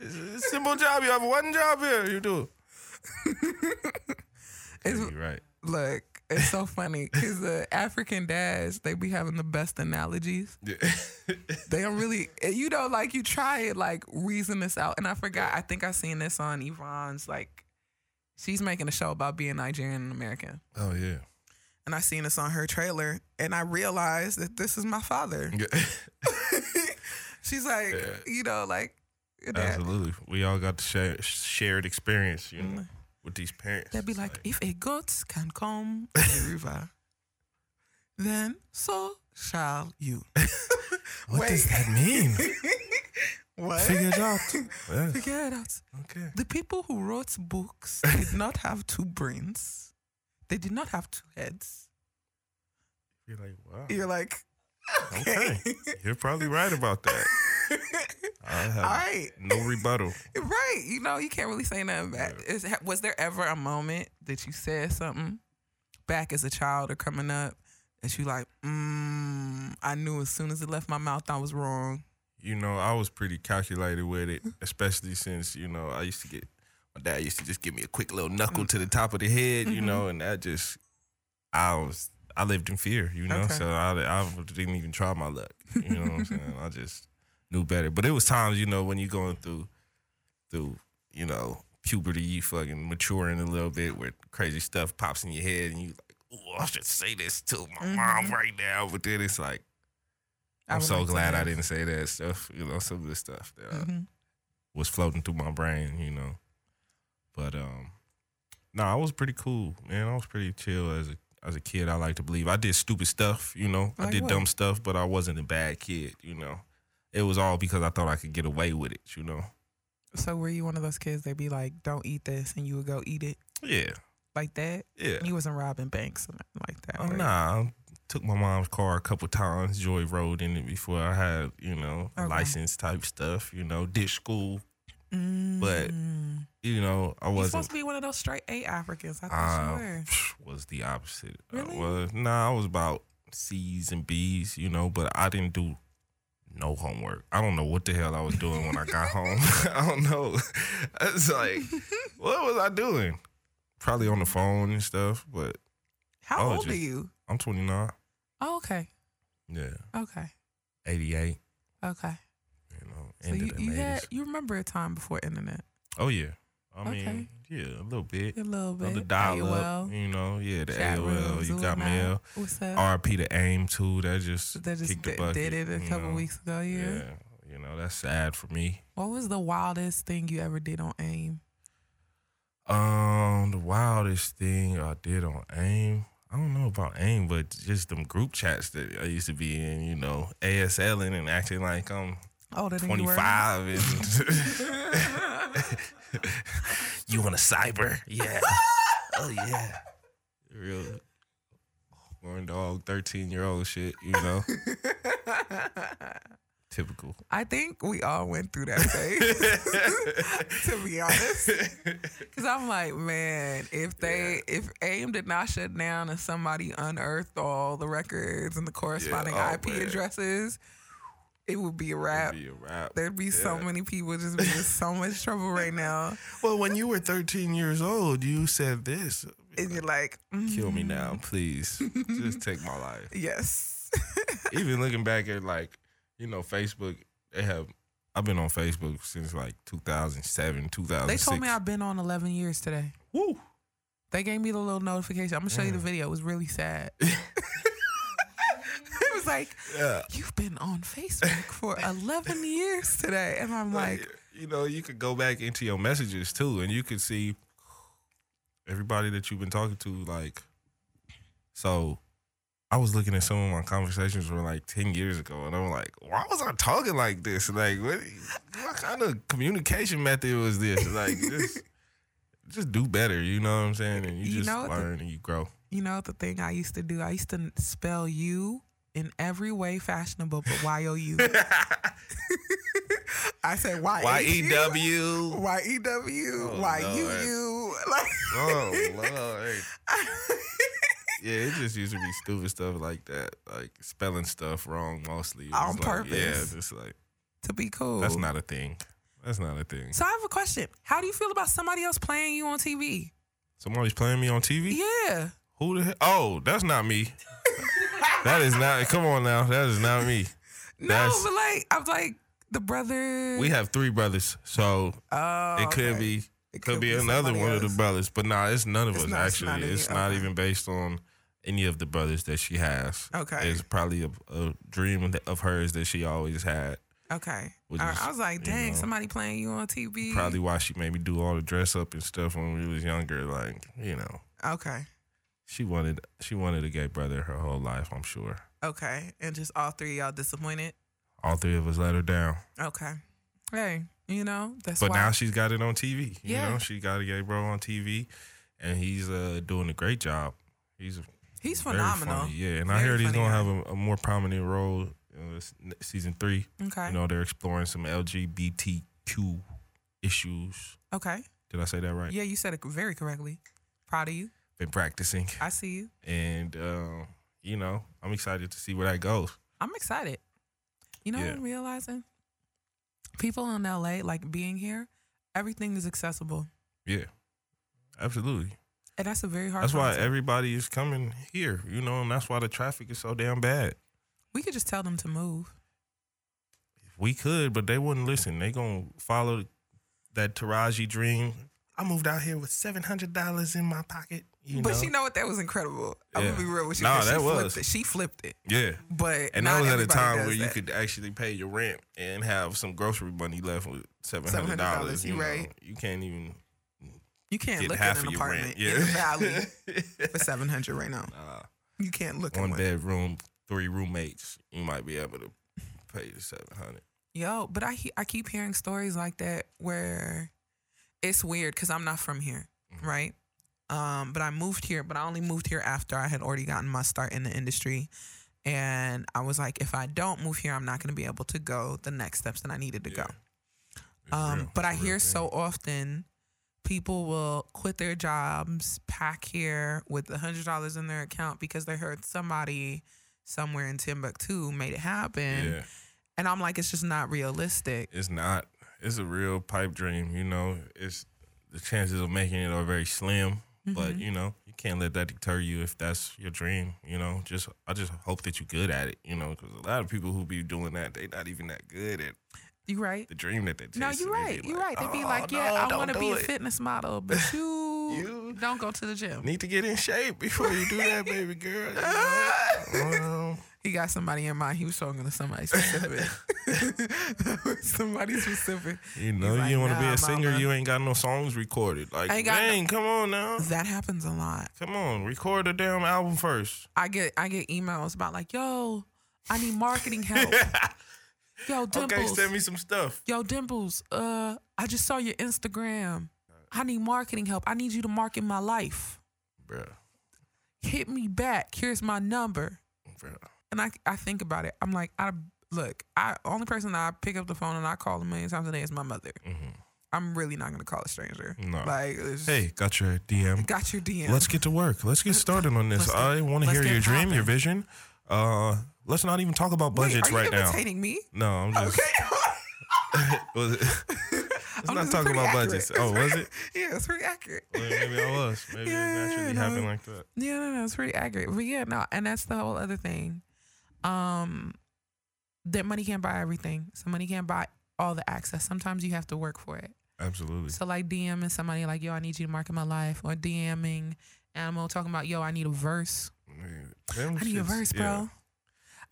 it's a simple job. You have one job here. You do. It's, You're right. look, It's so funny because the African dads they be having the best analogies. They don't really, eh, you know, like you try it, like reason this out. And I forgot. I think I seen this on Yvonne's. Like, she's making a show about being Nigerian and American, oh yeah. and I seen this on her trailer, and I realized that this is my father. Yeah. she's like, Yeah. you know, like your dad. Absolutely. We all got the share, shared experience, you know, Mhm. with these parents. They'd be It's like, if a goat can come to the river, then so shall you. what does wait. that mean? what? Figure it out. Yeah, Figure it out. okay. The people who wrote books did not have two brains. They did not have two heads. You're like, wow. You're like, okay. okay. You're probably right about that. I have All right. no rebuttal. Right. You know, you can't really say nothing bad. Is, ha- was there ever a moment that you said something back as a child or coming up that you like, mm, I knew as soon as it left my mouth I was wrong? You know, I was pretty calculated with it, especially since, you know, I used to get, my dad used to just give me a quick little knuckle to the top of the head, you know, and that just, I was, I lived in fear, you know, Okay. so I, I didn't even try my luck. You know what I'm saying? I just knew better. But it was times, you know, when you're going through, through, you know, puberty, you fucking maturing a little bit where crazy stuff pops in your head and you like, oh, I should say this to my mom right now. But then it's like, I I'm would so like to glad I know. didn't say that stuff. You know, some of the stuff that uh Mhm. was floating through my brain. You know, but um, no, nah, I was pretty cool, man. I was pretty chill as a as a kid. I like to believe I did stupid stuff. You know, I Like did what? dumb stuff, but I wasn't a bad kid. You know, it was all because I thought I could get away with it. You know, So were you one of those kids that be like, don't eat this and you would go eat it yeah, like that? yeah. You wasn't robbing banks or nothing like that. Oh were you? nah, I took my mom's car a couple times, joy rode in it before I had you know Okay. license type stuff. You know, did school. but Mm. You know, I You're wasn't. Ah, supposed to be one of those straight A Africans. I thought I you were. was the opposite. Really? I was nah, I was about C's and B's, you know, but I didn't do no homework. I don't know what the hell I was doing when I got home. I don't know. It's like, what was I doing? Probably on the phone and stuff, but I How was old are oh, just- you? I'm 29. Oh, okay. Yeah. Okay. 88, Okay. you know, So end you, of the you, 80s. had, you remember a time before internet. oh, yeah. I Okay. mean, yeah, a little bit. A little bit. Of the dial up, AOL, you know, yeah, the chat AOL, rooms, you got whatnot. mail. What's up? RP to aim too. That just that just kicked the di- bucket, did it a you couple know? weeks ago, yeah. you know that's sad for me. What was the wildest thing you ever did on AIM? Um, the wildest thing I did on aim. I don't know about aim, but just them group chats that I used to be in. You know, ASLing and acting like I'm Older than you were? 25 and you want a cyber? Yeah. oh yeah. Real born dog, 13 year old shit. You know, typical. I think we all went through that phase, to be honest. Because I'm like, man, if they, if AIM did not shut down and somebody unearthed all the records and the corresponding oh, IP man. addresses, it would be a wrap. Be a wrap. There'd be so Yeah. many people just be in so much trouble right now. Well, when you were 13 years old, you said this. And you're like, mm, Kill me now, please. Just take my life. Yes. Even looking back at like, you know, Facebook, they have. I've been on Facebook since like 2007, 2006. they told me I've been on 11 years today. woo. They gave me the little notification. I'm going to show you the Yeah. video. It was really sad. it was like, Yeah. you've been on Facebook for 11 years today. And I'm like, you know, you could go back into your messages too, and you could see everybody that you've been talking to. Like, so I was looking at some of my conversations from like ten years ago, and I'm like, why was I talking like this? Like, what, what kind of communication method was this? Like, just just do better. You know what I'm saying? And you, You just know, the- learn and you grow. you know the thing I used to do? I used to spell you in every way fashionable, but Y O U. I said Y Y H E U. W. Y E W, Oh, Y U U. Like, Oh Lord. Yeah, it just used to be stupid stuff like that, like spelling stuff wrong mostly. It On was like, purpose. Yeah, just like to be cool. that's not a thing. That's not a thing. So I have a question. How do you feel about somebody else playing you on TV? Somebody's playing me on TV. Yeah. Who the hell? Oh, that's not me. that is not. Come on now, that is not me. No, That's- but like I was like the brother. We have three brothers, so Oh, it could okay. be It could, be, another somebody one of else. the brothers. But nah, it's none of It's us not- it's actually. not It's not, any- okay. even based on any of the brothers that she has. Okay. It's probably a, a dream of hers that she always had. Okay. which All right, is, I was like, you dang, know, somebody playing you on TV. Probably why she made me do all the dress up and stuff when we was younger. Like you know, Okay. she wanted she wanted a gay brother her whole life. I'm sure. Okay. And just all three of y'all disappointed. All three of us let her down. Okay. Hey, you know that's But why. now she's got it on TV. You Yeah. know, she got a gay bro on TV, and he's uh, doing a great job. He's a He's very phenomenal. funny, Yeah, and I Very heard he's funny gonna guy. have a, a more prominent role in this n- season three. Okay. You know, they're exploring some LGBTQ issues. Okay. Did I say that right? Yeah, you said it very correctly. Proud of you. Been practicing, I see you. and um, you know, I'm excited to see where that goes. I'm excited. You know Yeah. what I'm realizing? People in LA, like being here, everything is accessible. Yeah, absolutely. And that's a very hard That's why concept. everybody is coming here. You know, and that's why the traffic is so damn bad. we could just tell them to move. We could, but they wouldn't listen. They gonna follow that Taraji dream. I moved out here with seven hundred dollars in my pocket. You but know? you know what? That was incredible. I'm Yeah. gonna be real with you. Nah, 'cause she that flipped was. it. She flipped it. yeah, But and that not was at a everybody time does where you that. could actually pay your rent and have some grocery money left with seven hundred $700, dollars. you You know? right. You can't even You can't get look half at of an your rent. apartment Yeah, in the valley for seven hundred right now. Nah. You can't look at one one. bedroom, three roommates. You might be able to pay the seven hundred. Yo, but I he- I keep hearing stories like that where it's weird because I'm not from here, Mhm. right? Um, but I moved here, but I only moved here after I had already gotten my start in the industry. And I was like, if I don't move here, I'm not going to be able to go the next steps that I needed to Yeah. go. Um, but I hear so often people will quit their jobs, pack here with a hundred dollars in their account because they heard somebody somewhere in Timbuktu made it happen. Yeah. And I'm like, it's just not realistic. it's not. It's a real pipe dream, you know. It's the chances of making it are very slim, but Mm-hmm. you know you can't let that deter you if that's your dream. You know, just I just hope that you're good at it. You know, because a lot of people who be doing that, they not even that good at You right? the dream that they. Chasing. No, you're They right. be You're right. They'd be "Oh, like, no, yeah, I don't want to be do a it. fitness model, but you, You- don't go to the gym. Need to get in shape before you do that, baby girl. you know? He got somebody in mind. He was talking to somebody specific. somebody specific. You know, He's you like, want to be "Nah, a singer. mama." You ain't got no songs recorded. Like, I ain't got no- dang, come on now, That happens a lot. come on, record a damn album first. I get I get emails about like, yo, I need marketing help. Yo, Okay, dimples. send me some stuff. yo, dimples. Uh, I just saw your Instagram. I need marketing help. I need you to market my life. Bruh, Hit me back. Here's my number. bruh. and I, I think about it. I'm like, I look, I only person I pick up the phone and I call a million times a day is my mother. I'm really not gonna call a stranger. No. Like, it's- mm-hmm. Hey, got your DM. got your DM. Let's get to work. Let's get started on this. Let's get- I want to let's hear get your dream, poppin'. your vision. Uh, let's not even talk about Wait, budgets are you right now. imitating me? No, I'm just. Okay. was it- let's I'm not just talk pretty about accurate. budgets. Oh, was it? yeah, it's pretty accurate. Well, maybe I was. Maybe Yeah, it naturally no. happened like that. Yeah, no, no, it's pretty accurate. But yeah, no, and that's the whole other thing. Um, that money can't buy everything. So money can't buy all the access. Sometimes you have to work for it. Absolutely. So like DMing somebody like, yo, I need you to market my life, or DMing Animal talking about, yo, I need a verse. Them I need a shits, verse, bro. Oh, yeah.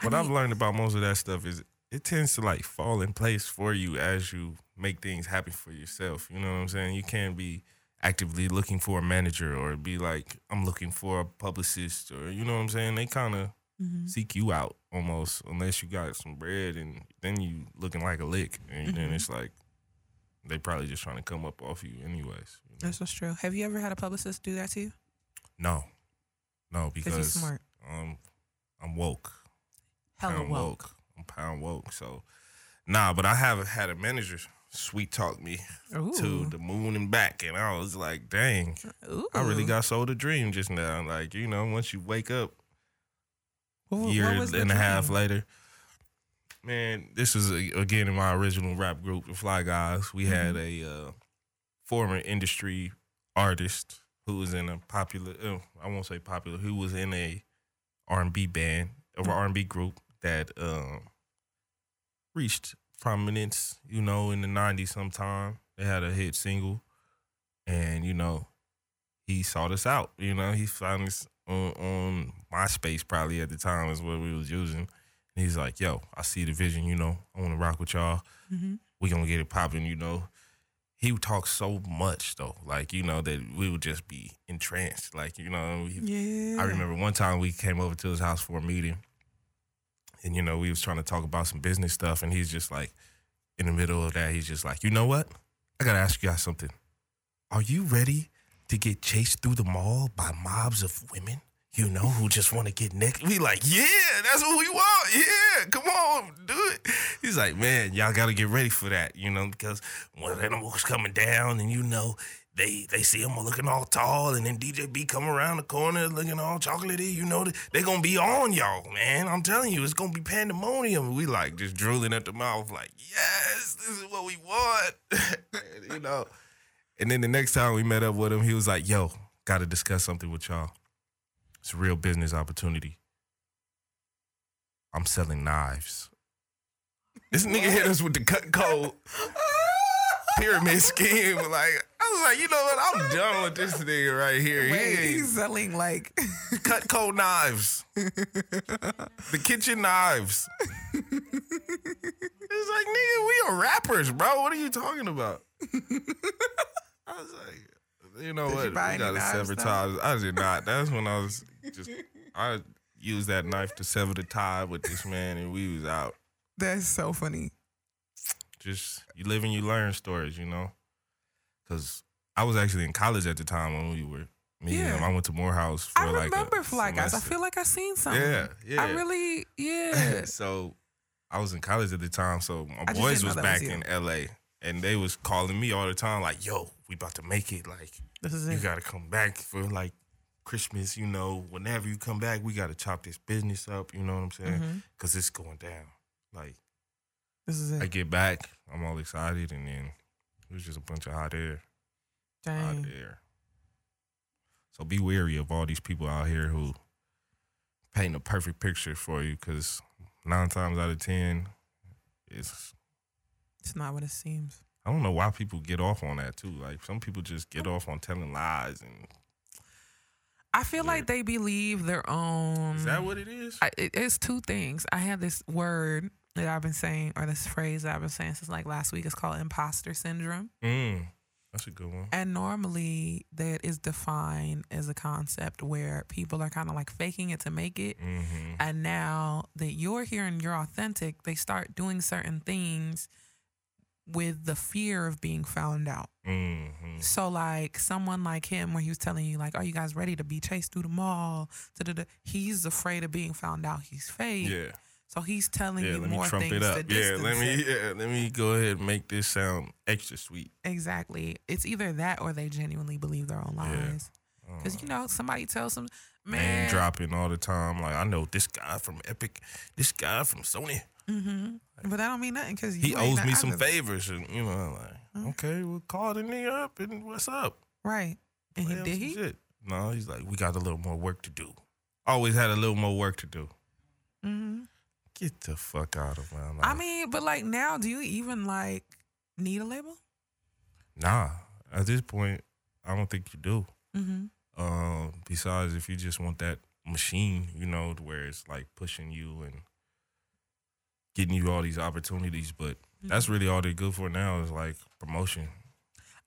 I What I've need- learned about most of that stuff is it tends to like fall in place for you as you make things happen for yourself. You know what I'm saying? You can't be actively looking for a manager or be like, I'm looking for a publicist or you know what I'm saying? They kind of Mhm. seek you out almost unless you got some bread and then you looking like a lick and then Mhm. it's like they probably just trying to come up off you anyways. you know? That's what's true. Have you ever had a publicist do that to you? No. No, Because you're because smart. um I'm woke. Hella pound woke. I'm pound woke. So, nah, but I have had a manager sweet talk me to Ooh. the moon and back, and I was like, dang, Ooh. I really got sold a dream just now. Like, you know, once you wake up What- what year was and the a half dream? later, man, this is a, again in my original rap group, the Fly Guys. We had a uh, former industry artist who was in a popular, oh, I won't say popular, who was in a R&B band or an R&B group that um, reached prominence, you know, in the 90s sometime. They had a hit single and, you know, he sought us out. You know, he found us on, on MySpace probably at the time is what we was using. And he's like, yo, I see the vision, you know, I want to rock with y'all. Mm-hmm. We going to get it popping, you know. He would talk so much though, like, you know, that we would just be entranced. Like, you know, he- Yeah. I remember one time we came over to his house for a meeting, and you know we was trying to talk about some business stuff, and he's just like, in the middle of that, he's just like, you know what? I gotta ask you guys something. Are you ready to get chased through the mall by mobs of women? You know who just want to get next? We like, yeah, that's what we want. Yeah, come on, do it. He's like, man, y'all gotta get ready for that, you know, because when that animal's coming down, and you know they they see him looking all tall, and then DJ B come around the corner looking all chocolatey. You know, they gonna be on y'all, man. I'm telling you, it's gonna be pandemonium. We like just drooling at the mouth, like, yes, this is what we want, you know. And then the next time we met up with him, he was like, yo, gotta discuss something with y'all. It's a real business opportunity. I'm selling knives. This nigga hit us with the cut code pyramid scheme. Like I was like, you know what? I'm done with this nigga right here. He Wait, ain't- he's selling like cut cold knives, the kitchen knives. it's like nigga, we are rappers, bro. What are you talking about? I was like, you know Did you what? buy we any gotta knives, sever though? ties. I did not. That's when I was just I used that knife to sever the tie with this man, and we was out. that's so funny. just you live and you learn stories, you know. Because I was actually in college at the time when we were me Yeah. and him. I went to Morehouse. For I like remember a Fly Guys. I semester. feel like I seen something. yeah, yeah. I really yeah. so I was in college at the time, so my boys just didn't know was that was back you. in L.A. and they was calling me all the time, like, "Yo, we about to make it. Like, this is you it. gotta come back for like." Christmas, you know, whenever you come back, we gotta chop this business up. You know what I'm saying? Mhm. Cause it's going down. Like This is it. I get back, I'm all excited, and then it was just a bunch of hot air. out Dang. there. So be wary of all these people out here who paint a perfect picture for you because nine times out of ten, it's It's not what it seems. I don't know why people get off on that too. Like some people just get off on telling lies and I feel Yeah. like they believe their own. is that what it is? Mm. I, it, it's two things. I have this word that I've been saying, or this phrase that I've been saying since like last week. It's called imposter syndrome. mm, that's a good one. And normally, that is defined as a concept where people are kind of like faking it to make it. Mm-hmm. And now that you're here and you're authentic, they start doing certain things with the fear of being found out. Mm-hmm. So like someone like him, where he was telling you like, "Are you guys ready to be chased through the mall?" Da-da-da. He's afraid of being found out. He's fake, Yeah, so he's telling yeah. you Let me more trump things it to up. Yeah, distance let me. it. Yeah, let me go ahead and make this sound extra sweet. Exactly. It's either that or they genuinely believe their own Yeah. lies. Because you know, somebody tells them, name "Man, dropping all the time. Like I know this guy from Epic, this guy from Sony. hmm but that don't mean nothing because He owes me some favors, and you know, I'm like okay, we'll call the nigga up and what's up? right?" And Play he, him did some he? Shit. No, he's like, we got a little more work to do. Always had a little more work to do. hmm Get the fuck out of my life. I mean, but like now, do you even like need a label? nah. At this point, I don't think you do. Mm-hmm. Um, besides, if you just want that machine, you know, where it's like pushing you and getting you all these opportunities, but that's really all they're good for now is like promotion.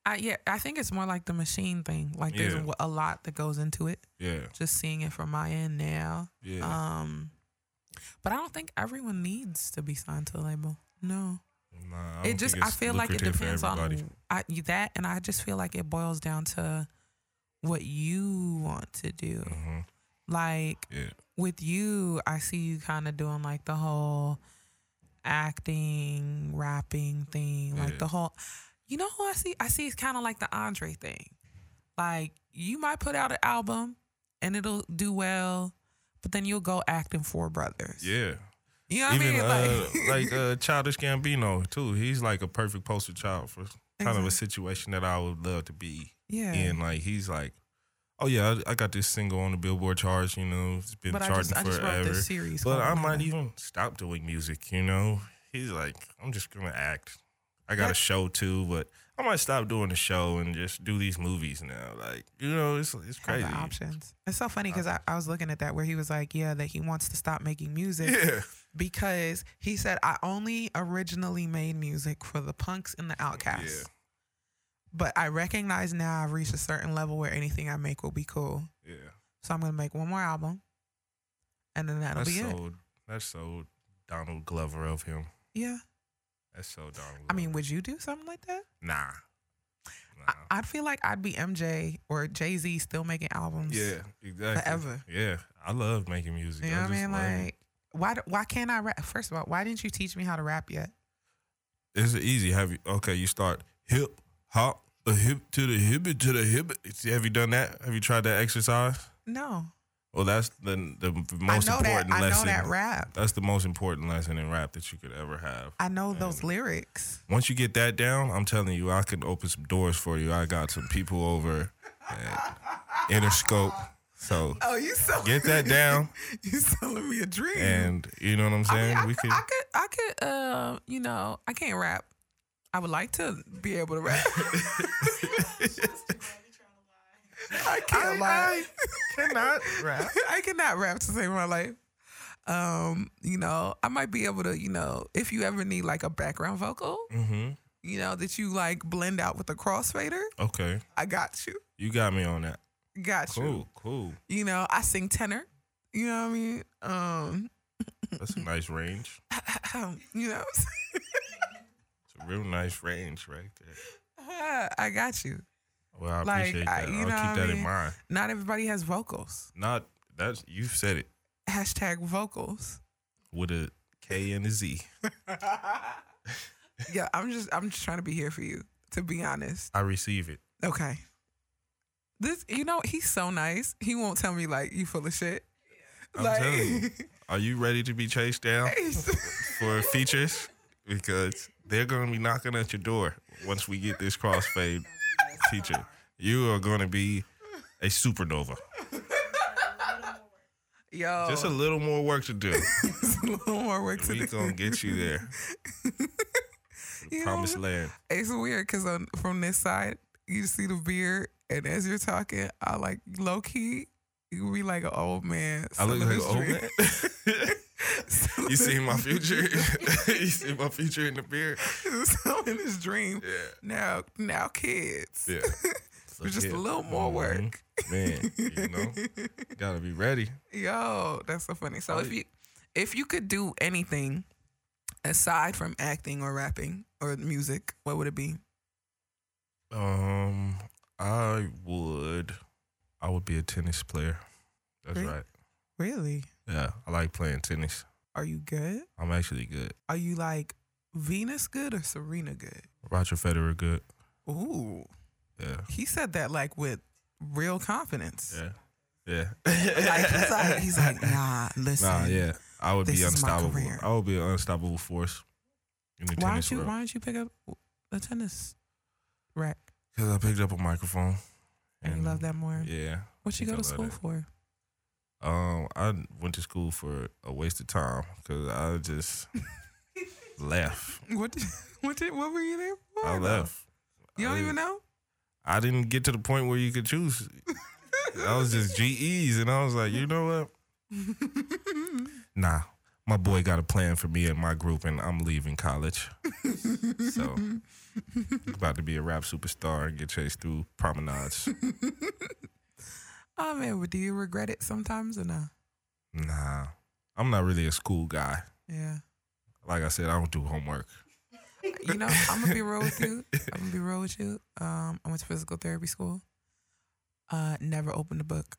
I yeah, I think it's more like the machine thing. Like there's Yeah. w- a lot that goes into it. Yeah, Just seeing it from my end now. yeah. Um, but I don't think everyone needs to be signed to a label. No, Nah, I it don't just think I it's feel like it lucrative for depends everybody. on I, you- that, and I just feel like it boils down to what you want to do. Mhm, Like Yeah, with you, I see you kind of doing like the whole acting, rapping thing, like Yeah. the whole. You know who I see? I see it's kind of like the Andre thing. Like you might put out an album and it'll do well, but then you'll go acting for brothers. yeah. You know what Even I mean? uh, like uh, Childish Gambino too. He's like a perfect poster child for kind of a Exact- situation that I would love to be yeah. in. Like he's like Oh yeah, I, I got this single on the Billboard charts. You know, it's been but I charting just, I just wrote forever. this series. But called I might Women. even stop doing music, you know? He's like, I'm just gonna act. I got Yeah. a show too, but I might stop doing the show and just do these movies now. Like, you know, it's it's have the crazy. options. It's so funny because I, I was looking at that where he was like, yeah, that he wants to stop making music Yeah. because he said, I only originally made music for the punks and the outcasts. Yeah. But I recognize now I've reached a certain level where anything I make will be cool. Yeah. So I'm going to make one more album and then that'll That's be it. so that's so Donald Glover of him. Yeah. That's so Donald Glover. I mean, would you do something like that? Nah. Nah. I, I'd feel like I'd be MJ or Jay Z still making albums. yeah, exactly. forever. Yeah. I love making music. You know what I just mean? love it. Like, why, do- why can't I rap? First of all, why didn't you teach me how to rap yet? It's easy. Have you? Okay, you start hip hop, a hip to the hip it to the hip. it. See, Have you done that? Have you tried that exercise? No. Well, that's the the most I know important that. lesson. I know that rap. That's the most important lesson in rap that you could ever have. I know those And- lyrics. Once you get that down, I'm telling you, I can open some doors for you. I got some people over at Interscope. So Oh, you sell get that down, you selling me a dream. and you know what I'm I saying. mean, I, we could, could. I could, I could, uh, you know, I can't rap. I would like to be able to rap. I can't lie. cannot rap. I cannot rap to save my life. Um, you know, I might be able to, you know, if you ever need like a background vocal, hmm you know, that you like blend out with a crossfader, Okay, I got you. you got me on that. Got you. Cool, cool. You know, I sing tenor. You know what I mean? Um, That's a nice range. you know, It's a real nice range right there. I got you. Well, I Like, appreciate I- that. you I'll know what I keep that mean? in mind. Not everybody has vocals. Not that's you said it Hashtag vocals. with a K and a Z. yeah, I'm just I'm just trying to be here for you. To be honest, I receive it. okay. This, you know, he's so nice. He won't tell me like you full of shit. I'm telling you. Are you ready to be chased down for features? Because they're gonna be knocking at your door once we get this crossfade feature. You are gonna be a supernova. yo, Just a little more work to do. it's a little more work to We do. gonna get you there. You know, Promised land. It's weird because from this side, you see the beard, and as you're talking, I like low key, you be like an old man. I look like an old selling man. his dream. you see my future. you see my future in the beard. selling his dream. Yeah. Now, now, kids, Yeah. So, just yeah. a little more Mhm. work. Man, you know, gotta be ready. Yo, that's so funny. So Oh, if yeah. you if you could do anything aside from acting or rapping or music, what would it be? Um, I would, I would be a tennis player. That's Really? right. Really? Yeah, I like playing tennis. Are you good? I'm actually good. Are you like Venus good or Serena good? Roger Federer, good. Ooh. Yeah, He said that like with real confidence. yeah, yeah. Like, he's like he's like, nah, listen. nah, yeah. I would be this is my unstoppable. career. I would be an unstoppable force in the Why tennis don't you world why don't you pick up a tennis rack? because I picked up a microphone. And you love that more. Yeah. What you think go to I school love for? Um, I went to school for a waste of time because I just left. What did, what did, what were you there for? I though? left. You I don't didn't- even know? I didn't get to the point where you could choose. I was just GEs, and I was like, you know what? Nah, my boy got a plan for me and my group, and I'm leaving college. so, about to be a rap superstar and get chased through promenades. Oh man, well, do you regret it sometimes or no? nah, I'm not really a school guy. Yeah. Like I said, I don't do homework. You know, I'm gonna be real with you. I'm gonna be real with you. Um, I went to physical therapy school. Uh, never opened a book.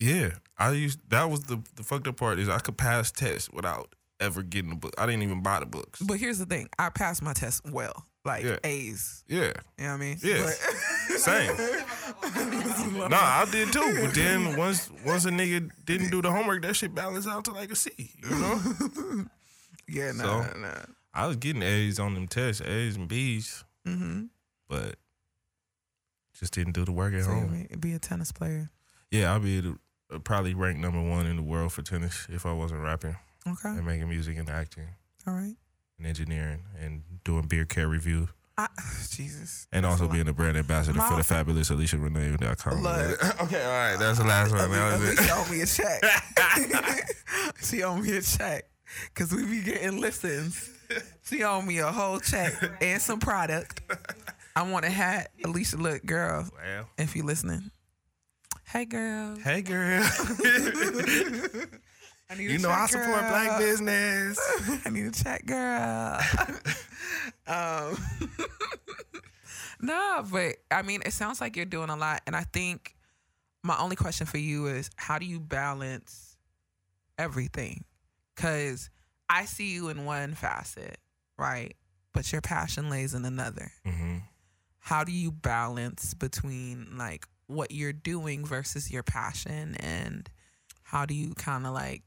Yeah, I used that was the the fucked up part is I could pass tests without ever getting a book. I didn't even buy the books. But here's the thing: I passed my test well, like Yeah. A's. yeah, You know what I mean? Yes. But- Same. nah, I did too. But then once once a nigga didn't do the homework, that shit balanced out to like a C. You know, yeah, no, So- no, no. I was getting A's on them tests, A's and B's, Mm-hmm. but just didn't do the work at So you home. mean, be a tennis player? Yeah, I'll be the, uh, probably ranked number one in the world for tennis if I wasn't rapping Okay. and making music and acting All right. and engineering and doing beer care reviews I, Jesus. and That's also a lot. being a brand ambassador for My- the fabulous AliciaRenee.com. Look. okay, all right, that's the last one. That was She it. owed me a check. she owed me a check because we be getting listens. She owed me a whole check and some product. I want a hat. Alicia, look, girl, Well, if you listening. Hey, girl. hey girl, I need a you know I check, support girl. black business. I need a check, girl. um, nah, but I mean, it sounds like you're doing a lot. And I think my only question for you is how do you balance everything? Because I see you in one facet, right? But your passion lays in another. Mm-hmm. How do you balance between like what you're doing versus your passion? And how do you kind of like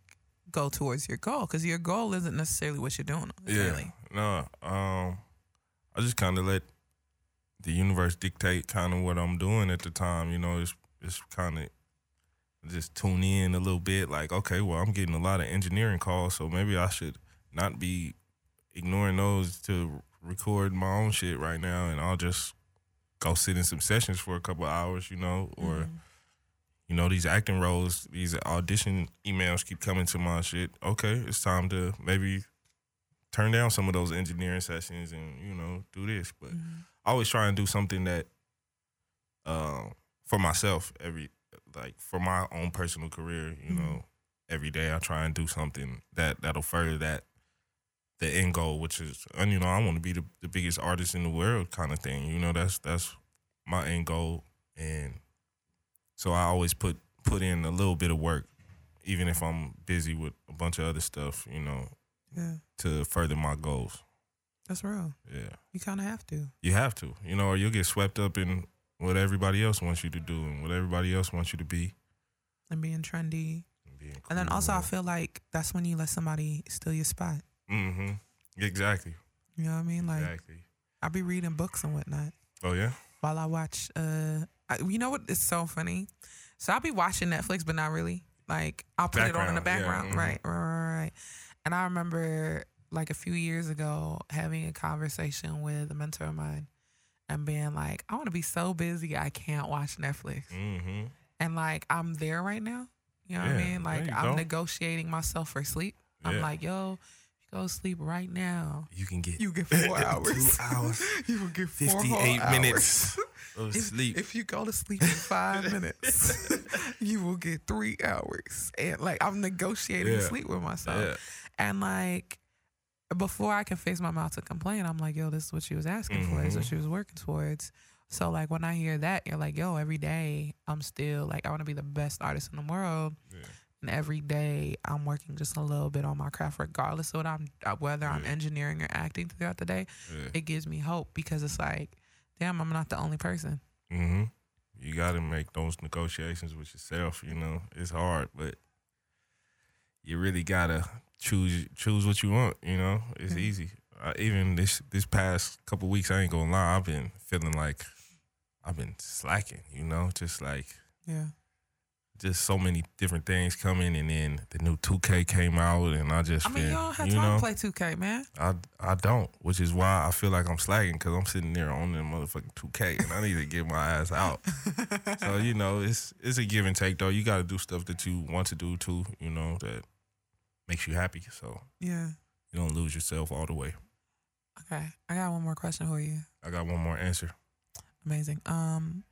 go towards your goal? Because your goal isn't necessarily what you're doing. Really. No. Um, I just kind of let the universe dictate kind of what I'm doing at the time. You know, it's it's kind of just tune in a little bit. Like, okay, well, I'm getting a lot of engineering calls, so maybe I should not be ignoring those to record my own shit right now, and I'll just go sit in some sessions for a couple hours. You know, or Mhm. you know, these acting roles, these audition emails keep coming to my shit. Okay, it's time to maybe turn down some of those engineering sessions and, you know, do this. But Mhm. I always try and do something that uh, for myself every like for my own personal career, you Mhm. know, every day I try and do something that that'll further that the end goal, which is and you know, I wanna be the, the biggest artist in the world kind of thing. You know, that's that's my end goal and so I always put put in a little bit of work, even if I'm busy with a bunch of other stuff, you know, Yeah, to further my goals. that's real. Yeah. You kind of have to. You have to, you know, or you'll get swept up in what everybody else wants you to do and what everybody else wants you to be. And being trendy. And, being And then also, I feel like that's when you let somebody steal your spot. Mm-hmm. Exactly. You know what I mean? Like, exactly. I be reading books and whatnot Oh yeah. while I watch. Uh, I, you know what? It's so funny. So I'll be watching Netflix, but not really. Like, I'll put it on in the Background, background. yeah, mhm. Right, right, right, right. And I remember, like, a few years ago having a conversation with a mentor of mine and being like, I want to be so busy, I can't watch Netflix. Mm-hmm. and like I'm there right now. You know what I Yeah, mean? Like there you I'm go. negotiating myself for sleep. I'm Yeah. like, yo, if you go sleep right now, You can get you get four Two hours. hours, you will get four whole fifty-eight hours. minutes of If, sleep. if you go to sleep in five minutes, you will get three hours. And like I'm negotiating Yeah. sleep with myself. yeah. And like before I can face my mouth to complain, I'm like, yo, this is what she was asking for, this is what Mm-hmm. she was working towards. So like when I hear that, you're like, yo, every day I'm still like I wanna be the best artist in the world. Yeah. And every day I'm working just a little bit on my craft, regardless of what I'm uh, whether I'm Yeah. engineering or acting throughout the day. yeah. It gives me hope because it's like, damn, I'm not the only person. Mm-hmm. You got to make those negotiations with yourself. You know, it's hard, but you really gotta choose choose what you want. You know, it's Mhm. easy. I, even this this past couple weeks, I ain't gonna lie. I've been feeling like I've been slacking. You know, just like Yeah. just so many different things coming, and then the new 2K came out, and I just I mean, been, you don't have you time know, to play 2K, man. I I don't, which is why I feel like I'm slacking because I'm sitting there on the motherfucking 2K, and I need to get my ass out. Oh. So you know, it's it's a give and take though. You got to do stuff that you want to do too. You know that makes you happy, so yeah. you don't lose yourself all the way. Okay. I got one more question for you. I got one more answer. Amazing. Um,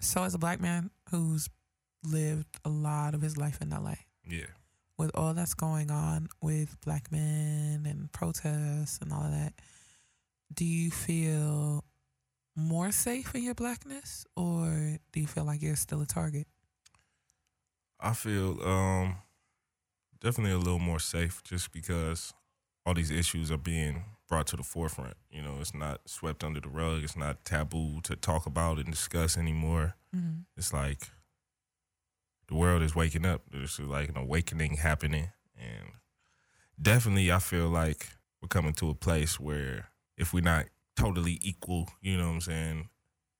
so as a black man who's lived a lot of his life in LA, Yeah, with all that's going on with black men and protests and all of that, do you feel more safe in your blackness, or do you feel like you're still a target? I feel um definitely a little more safe just because all these issues are being brought to the forefront. You know, it's not swept under the rug. It's not taboo to talk about and discuss anymore. Mm-hmm. it's like the world is waking up. There's like an awakening happening. And definitely, I feel like we're coming to a place where if we're not totally equal, you know what I'm saying,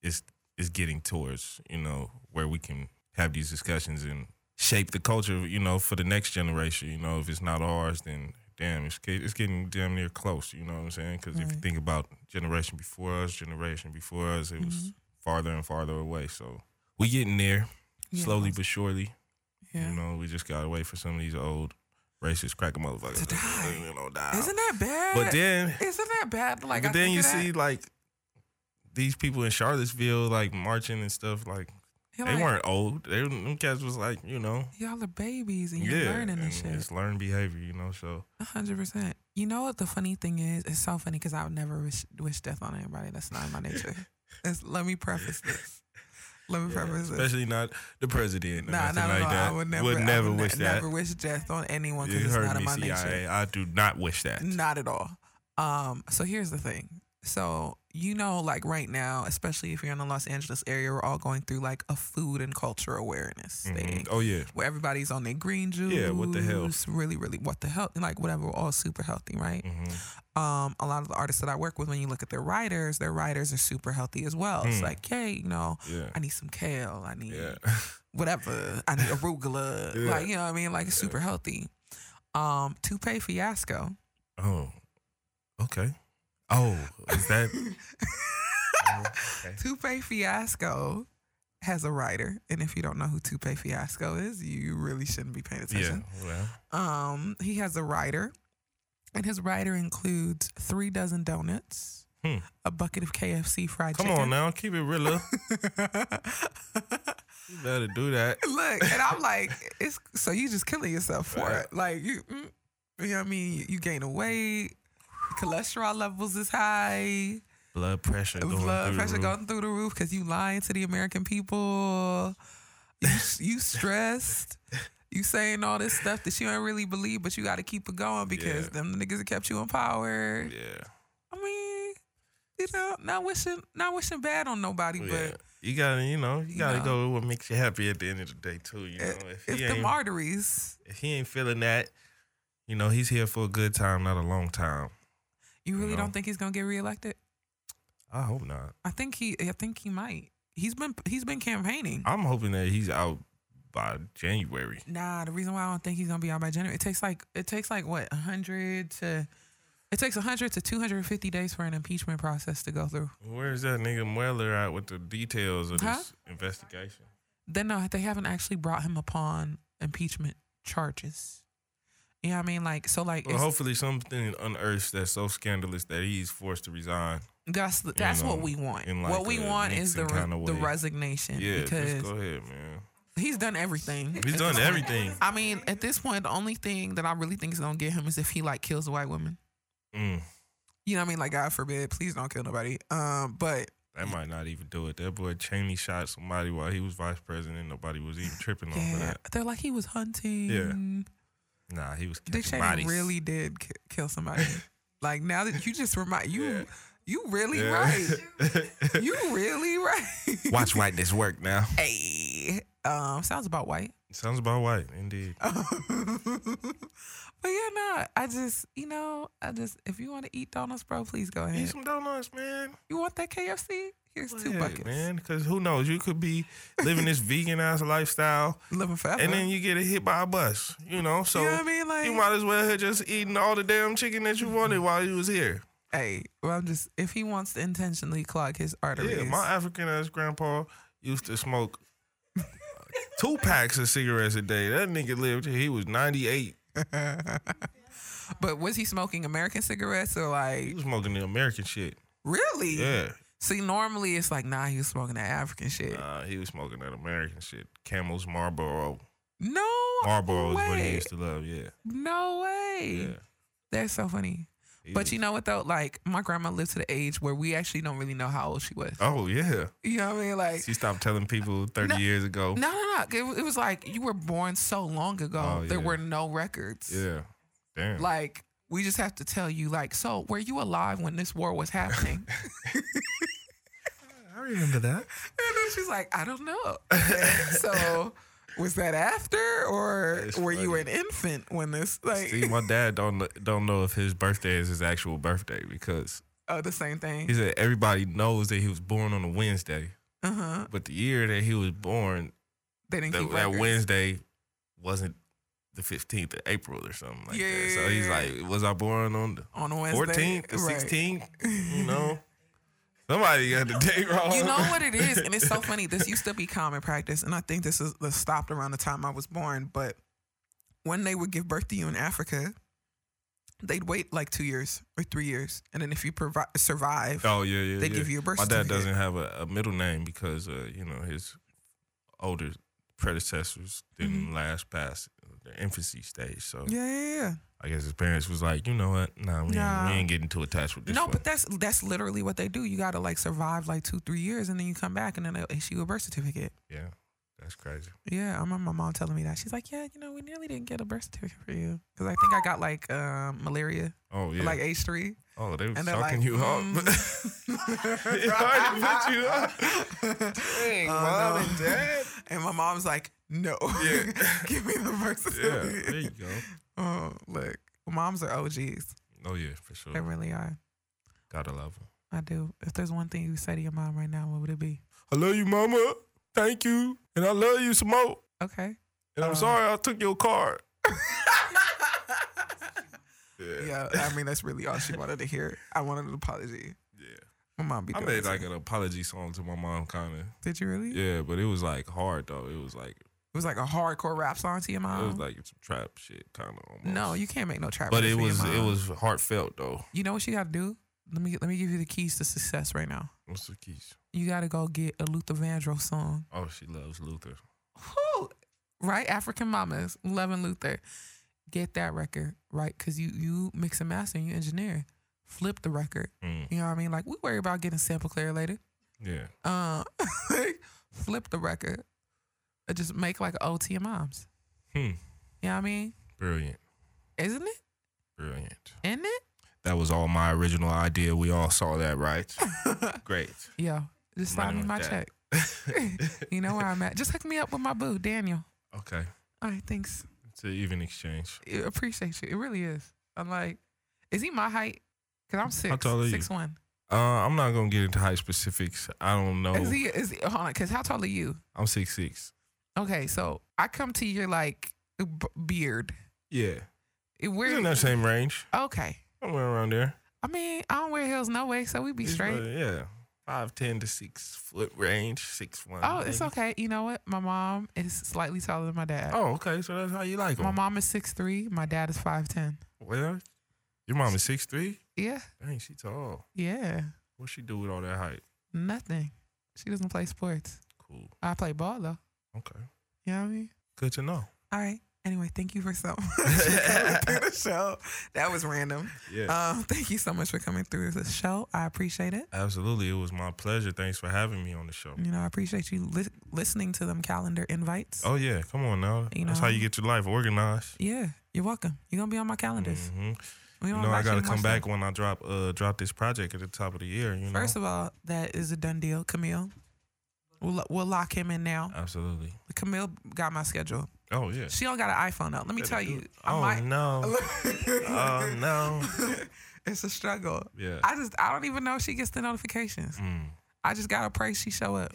it's, it's getting towards, you know, where we can have these discussions and shape the culture, you know, for the next generation. You know, if it's not ours, then damn, it's, get- it's getting damn near close. You know what I'm saying? Because if you Right. think about generation before us, generation before us, it Mm-hmm. was farther and farther away. So we getting there Yeah. slowly but surely. Yeah. You know, we just gotta wait for some of these old racist cracker motherfuckers To die. You know, die. Isn't that bad? but then, isn't that bad? Like, I but then think you of that, see like these people in Charlottesville like marching and stuff. Like you're they like, weren't old. They them cats was like you know Y'all are babies and you're learning and this shit. It's learned behavior, you know. So A hundred percent. You know what the funny thing is? It's so funny because I would never wish, wish death on anybody. That's not in my nature. It's- let me preface this. Let me preface this. especially not the president. or Nah, nothing no, like no, that. I would never, I never would ne- wish that. Never wish death on anyone you because it's heard not in me, my nature. CIA. I do not wish that. Not at all. Um, so here's the thing. So you know, like right now, especially if you're in the Los Angeles area, we're all going through like a food and culture awareness Mhm. thing. Oh yeah, Where everybody's on their green juice. Yeah, what the hell? Really, really, what the hell? Like whatever, we're all super healthy, right? hmm um, a lot of the artists that I work with, when you look at their writers, their writers are super healthy as well. It's Hmm. like, hey, you know, yeah, I need some kale, I need yeah. whatever, I need arugula, Yeah. like you know what I mean, like it's super healthy. Um, Toupe Fiasco, Oh, okay. Oh, is that? oh, okay. Toupe Fiasco has a writer, and if you don't know who Toupe Fiasco is, you really shouldn't be paying Yeah. attention. Well, Um, he has a writer, and his writer includes three dozen donuts, Hmm. a bucket of KFC fried come chicken. on now, keep it real. up. Look, you better do that. and I'm like, it's so you just killing yourself for Right. it. Like you, mm, you know what I mean? You, you gaining weight, cholesterol levels is high, Blood pressure going blood through the pressure roof. going through the roof because you lying to the American people. You, s- you stressed. You saying all this stuff that you don't really believe, but you got to keep it going because Yeah. them niggas that kept you in power. Yeah. I mean, you know, not wishing, not wishing bad on nobody, Yeah. but You gotta, you know, you, You gotta know. go with what makes you happy at the end of the day too. You know, If- if, if he the ain't- arteries, if he ain't feeling that, you know, he's here for a good time, not a long time. you really know? don't think he's gonna get reelected? I hope not. I think he, I think he might. He's been he's been campaigning. I'm hoping that he's out by January. Nah, the reason why I don't think he's gonna be out by January, it takes like it takes like what hundred to, it takes hundred to two hundred and fifty days for an impeachment process to go through. Where's that nigga Mueller at with the details of Huh? this investigation? Then no, they haven't actually brought him upon impeachment charges. You know what I mean? Like so, like Well, it's- hopefully something unearthed that's so scandalous that he's forced to resign. that's the- that's what know, we want. in like what we a want is the Nixon re- kinda the way. resignation Yeah, because just go ahead, man. he's done everything. He's at done this point. everything. I mean, at this point, the only thing that I really think is gonna get him is if he like kills a white woman. Mm, You know what I mean? Like God forbid, please don't kill nobody. Um, but that might not even do it. That boy Cheney shot somebody while he was vice president. Nobody was even tripping on yeah, that. they're like he was hunting. Nah, he was catching Dick Cheney bodies. really did ki- kill somebody. like now that you just remind you, Yeah. you really Yeah. right. You really right. Watch whiteness work now. Hey, um, sounds about white. Sounds about white, indeed. but yeah, no, I just you know, I just if you want to eat donuts, bro, please go ahead. Eat some donuts, man. You want that KFC? Here's Go two ahead, buckets. man. Because who knows? You could be living this vegan ass lifestyle, Living forever. and then you get hit by a bus. You know, so you know what I mean? Like, you might as well have just eaten all the damn chicken that you wanted while you was here. hey, well, I'm just if he wants to intentionally clog his arteries, Yeah, my African ass grandpa used to smoke uh, two packs of cigarettes a day. That nigga lived till he was ninety eight. but was he smoking American cigarettes or He like was smoking the American shit. really? Yeah, See, normally it's like, nah, he was smoking that African shit. uh, he was smoking that American shit. Camels, Marlboro. no Marlboro is what he way. used to love. Yeah, No way. yeah. That's so funny. He But was- you know what though? Like my grandma lived to the age where we actually don't really know how old she was. Oh yeah, You know what I mean? Like she stopped telling people thirty No. years ago. no, no, no. It, wa- it was like you were born so long ago. Oh, There yeah. were no records. Yeah, damn. Like we just have to tell you. Like so, were you alive when this war was happening? I remember that. And then she's like, I don't know. And so was that after or That's were you funny. an infant when this like See, my dad don't kn- don't know if his birthday is his actual birthday because oh the same thing? he said everybody knows that he was born on a Wednesday, Uh huh. but the year that he was born They didn't that, keep that records. Wednesday wasn't the 15th of April or something like that. So he's Yeah. like, was I born on the on a Wednesday. 14th, the Right. 16th? You know, somebody got the date wrong. You know what it is, and it's so funny. This used to be common practice, and I think this is this stopped around the time I was born. But when they would give birth to you in Africa, they'd wait like two years or three years, and then if you provi- survive, Oh yeah, yeah. they yeah. give you a birth My dad certificate. doesn't have a, a middle name because uh, you know his older predecessors didn't last past the infancy stage. So Mm-hmm. Yeah, yeah, yeah. I guess his parents was like, you know what? Nah, we, Nah. Ain't, we ain't getting too attached with this. no, one. but that's that's literally what they do. You gotta like survive like two, three years, and then you come back, and then they issue a birth certificate. yeah, that's crazy. Yeah, I remember my mom telling me that. She's like, "Yeah, you know, we nearly didn't get a birth certificate for you because I think I got like um, malaria, Oh yeah. at, like age three. oh, they was and talking they're like, "Mm." you up. They already put you up. Dang, Oh, mom no. and dad. And my mom's like, "No, Yeah. give me the birth Yeah, certificate." there you go. Oh, look, moms are OGs. Oh yeah, for sure. They really are. Gotta love him. I do. If there's one thing you say to your mom right now, what would it be? I love you, mama. Thank you, and I love you, Smoke. Okay. And I'm Uh, sorry I took your card. yeah, I mean that's really all she wanted to hear. I wanted an apology. Yeah. My mom be I doing made this. like an apology song to my mom, kind of. Did you really? Yeah, but it was like hard though. It was like It was like a hardcore rap song to your mom. it was like some trap shit, kind of. no, you can't make no trap. But records it for your was it mom. was heartfelt though. You know what you gotta do? Let me let me give you the keys to success right now. What's the keys? You gotta go get a Luther Vandross song. Oh, she loves Luther. Whew. Right, African mamas loving Luther. Get that record right, cause you you mix and master, and you engineer, flip the record. Mm, You know what I mean? Like we worry about getting sample clear later. yeah. Uh, flip the record. Uh, Just make like an OT and moms. Hmm. You know what I mean? Brilliant. Isn't it? Brilliant. Isn't it? That was all my original idea. We all saw that, right? Great. Yeah. Just Money sign me with my that. check. You know where I'm at. Just hook me up with my boo, Daniel. okay. All right, thanks. It's an even exchange. I appreciate you. It really is. I'm like, is he my height? Cause I'm six. tall are you? Six one. Uh, I'm not gonna get into high specifics. I don't know. Is he? Is he, hold on? Cause how tall are you? I'm six six. Okay, so I come to your like b- beard. Yeah. It- We're in Where? that same range. Okay. Somewhere around there. I mean, I don't wear heels no way, so we be It's straight. really- yeah. Five ten to six foot range, six one. Oh, it's okay. You know what? My mom is slightly taller than my dad. Oh, okay. So that's how you like My them. mom is six three. My dad is five ten. Well, your mom is six three. Yeah, Dang, she tall. yeah. What she do with all that height? Nothing. She doesn't play sports. Cool. I play ball though. Okay. You know what I mean? Good to know. All right. Anyway, thank you for so much for coming through the show. That was random. Yeah. Um, thank you so much for coming through the show. I appreciate it. Absolutely. It was my pleasure. Thanks for having me on the show. You know, I appreciate you li- listening to them calendar invites. Oh yeah, come on now. You That's how know. you get your life organized. Yeah, you're welcome. You're gonna be on my calendars. Mm-hmm. We You don't know, I invite gotta to come more back stuff. when I drop uh drop this project at the top of the year. You know. First of all, that is a done deal, Camille. We'll, lo- we'll lock him in now. Uh, Absolutely. Camille got my schedule. Oh yeah. She don't got an iPhone though. Let me Better tell do you, it. I Oh might. no. oh no. it's a struggle. Yeah. I just I don't even know if she gets the notifications. Mm. I just gotta pray she show up.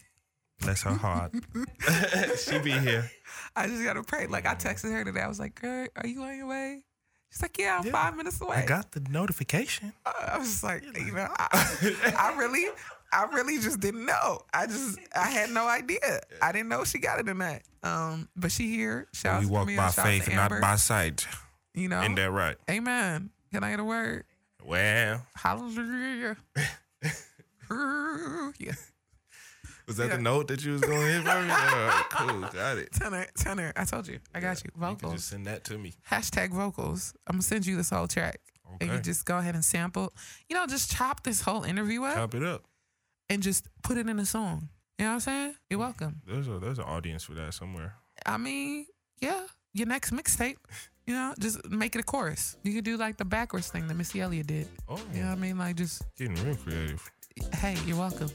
Bless her heart. she be here. I just gotta pray. Like I texted her today. I was like, "Girl, are you on your way?" She's like, "Yeah, I'm Yeah. five minutes away." I got the notification. I was just like, you know, I, I really, I really just didn't know. I just, I had no idea. I didn't know she got it or not. Um, but she here. Shout Oh, we out to walk Camille, by shout out to faith, not Amber, Oh. by sight. you know. Ain't that right? Amen. Can I get a word? Well, Hallelujah. Ooh, yeah. was that Yeah. the note that you was going to hit for me? All right, cool, got it. Tenor, tenor. I told you. I got you. You can Vocals. just send that to me. Hashtag vocals. I'm gonna send you this whole track. And you Okay. just go ahead and sample. You know, just chop this whole interview up Chop it up. and just put it in a song. You know what I'm saying? You're welcome. There's a there's an audience for that somewhere. I mean, yeah, your next mixtape, you know, just make it a chorus. You could do like the backwards thing that Missy Elliott did. Oh, You know what I mean? Like just, getting real creative. hey, you're welcome.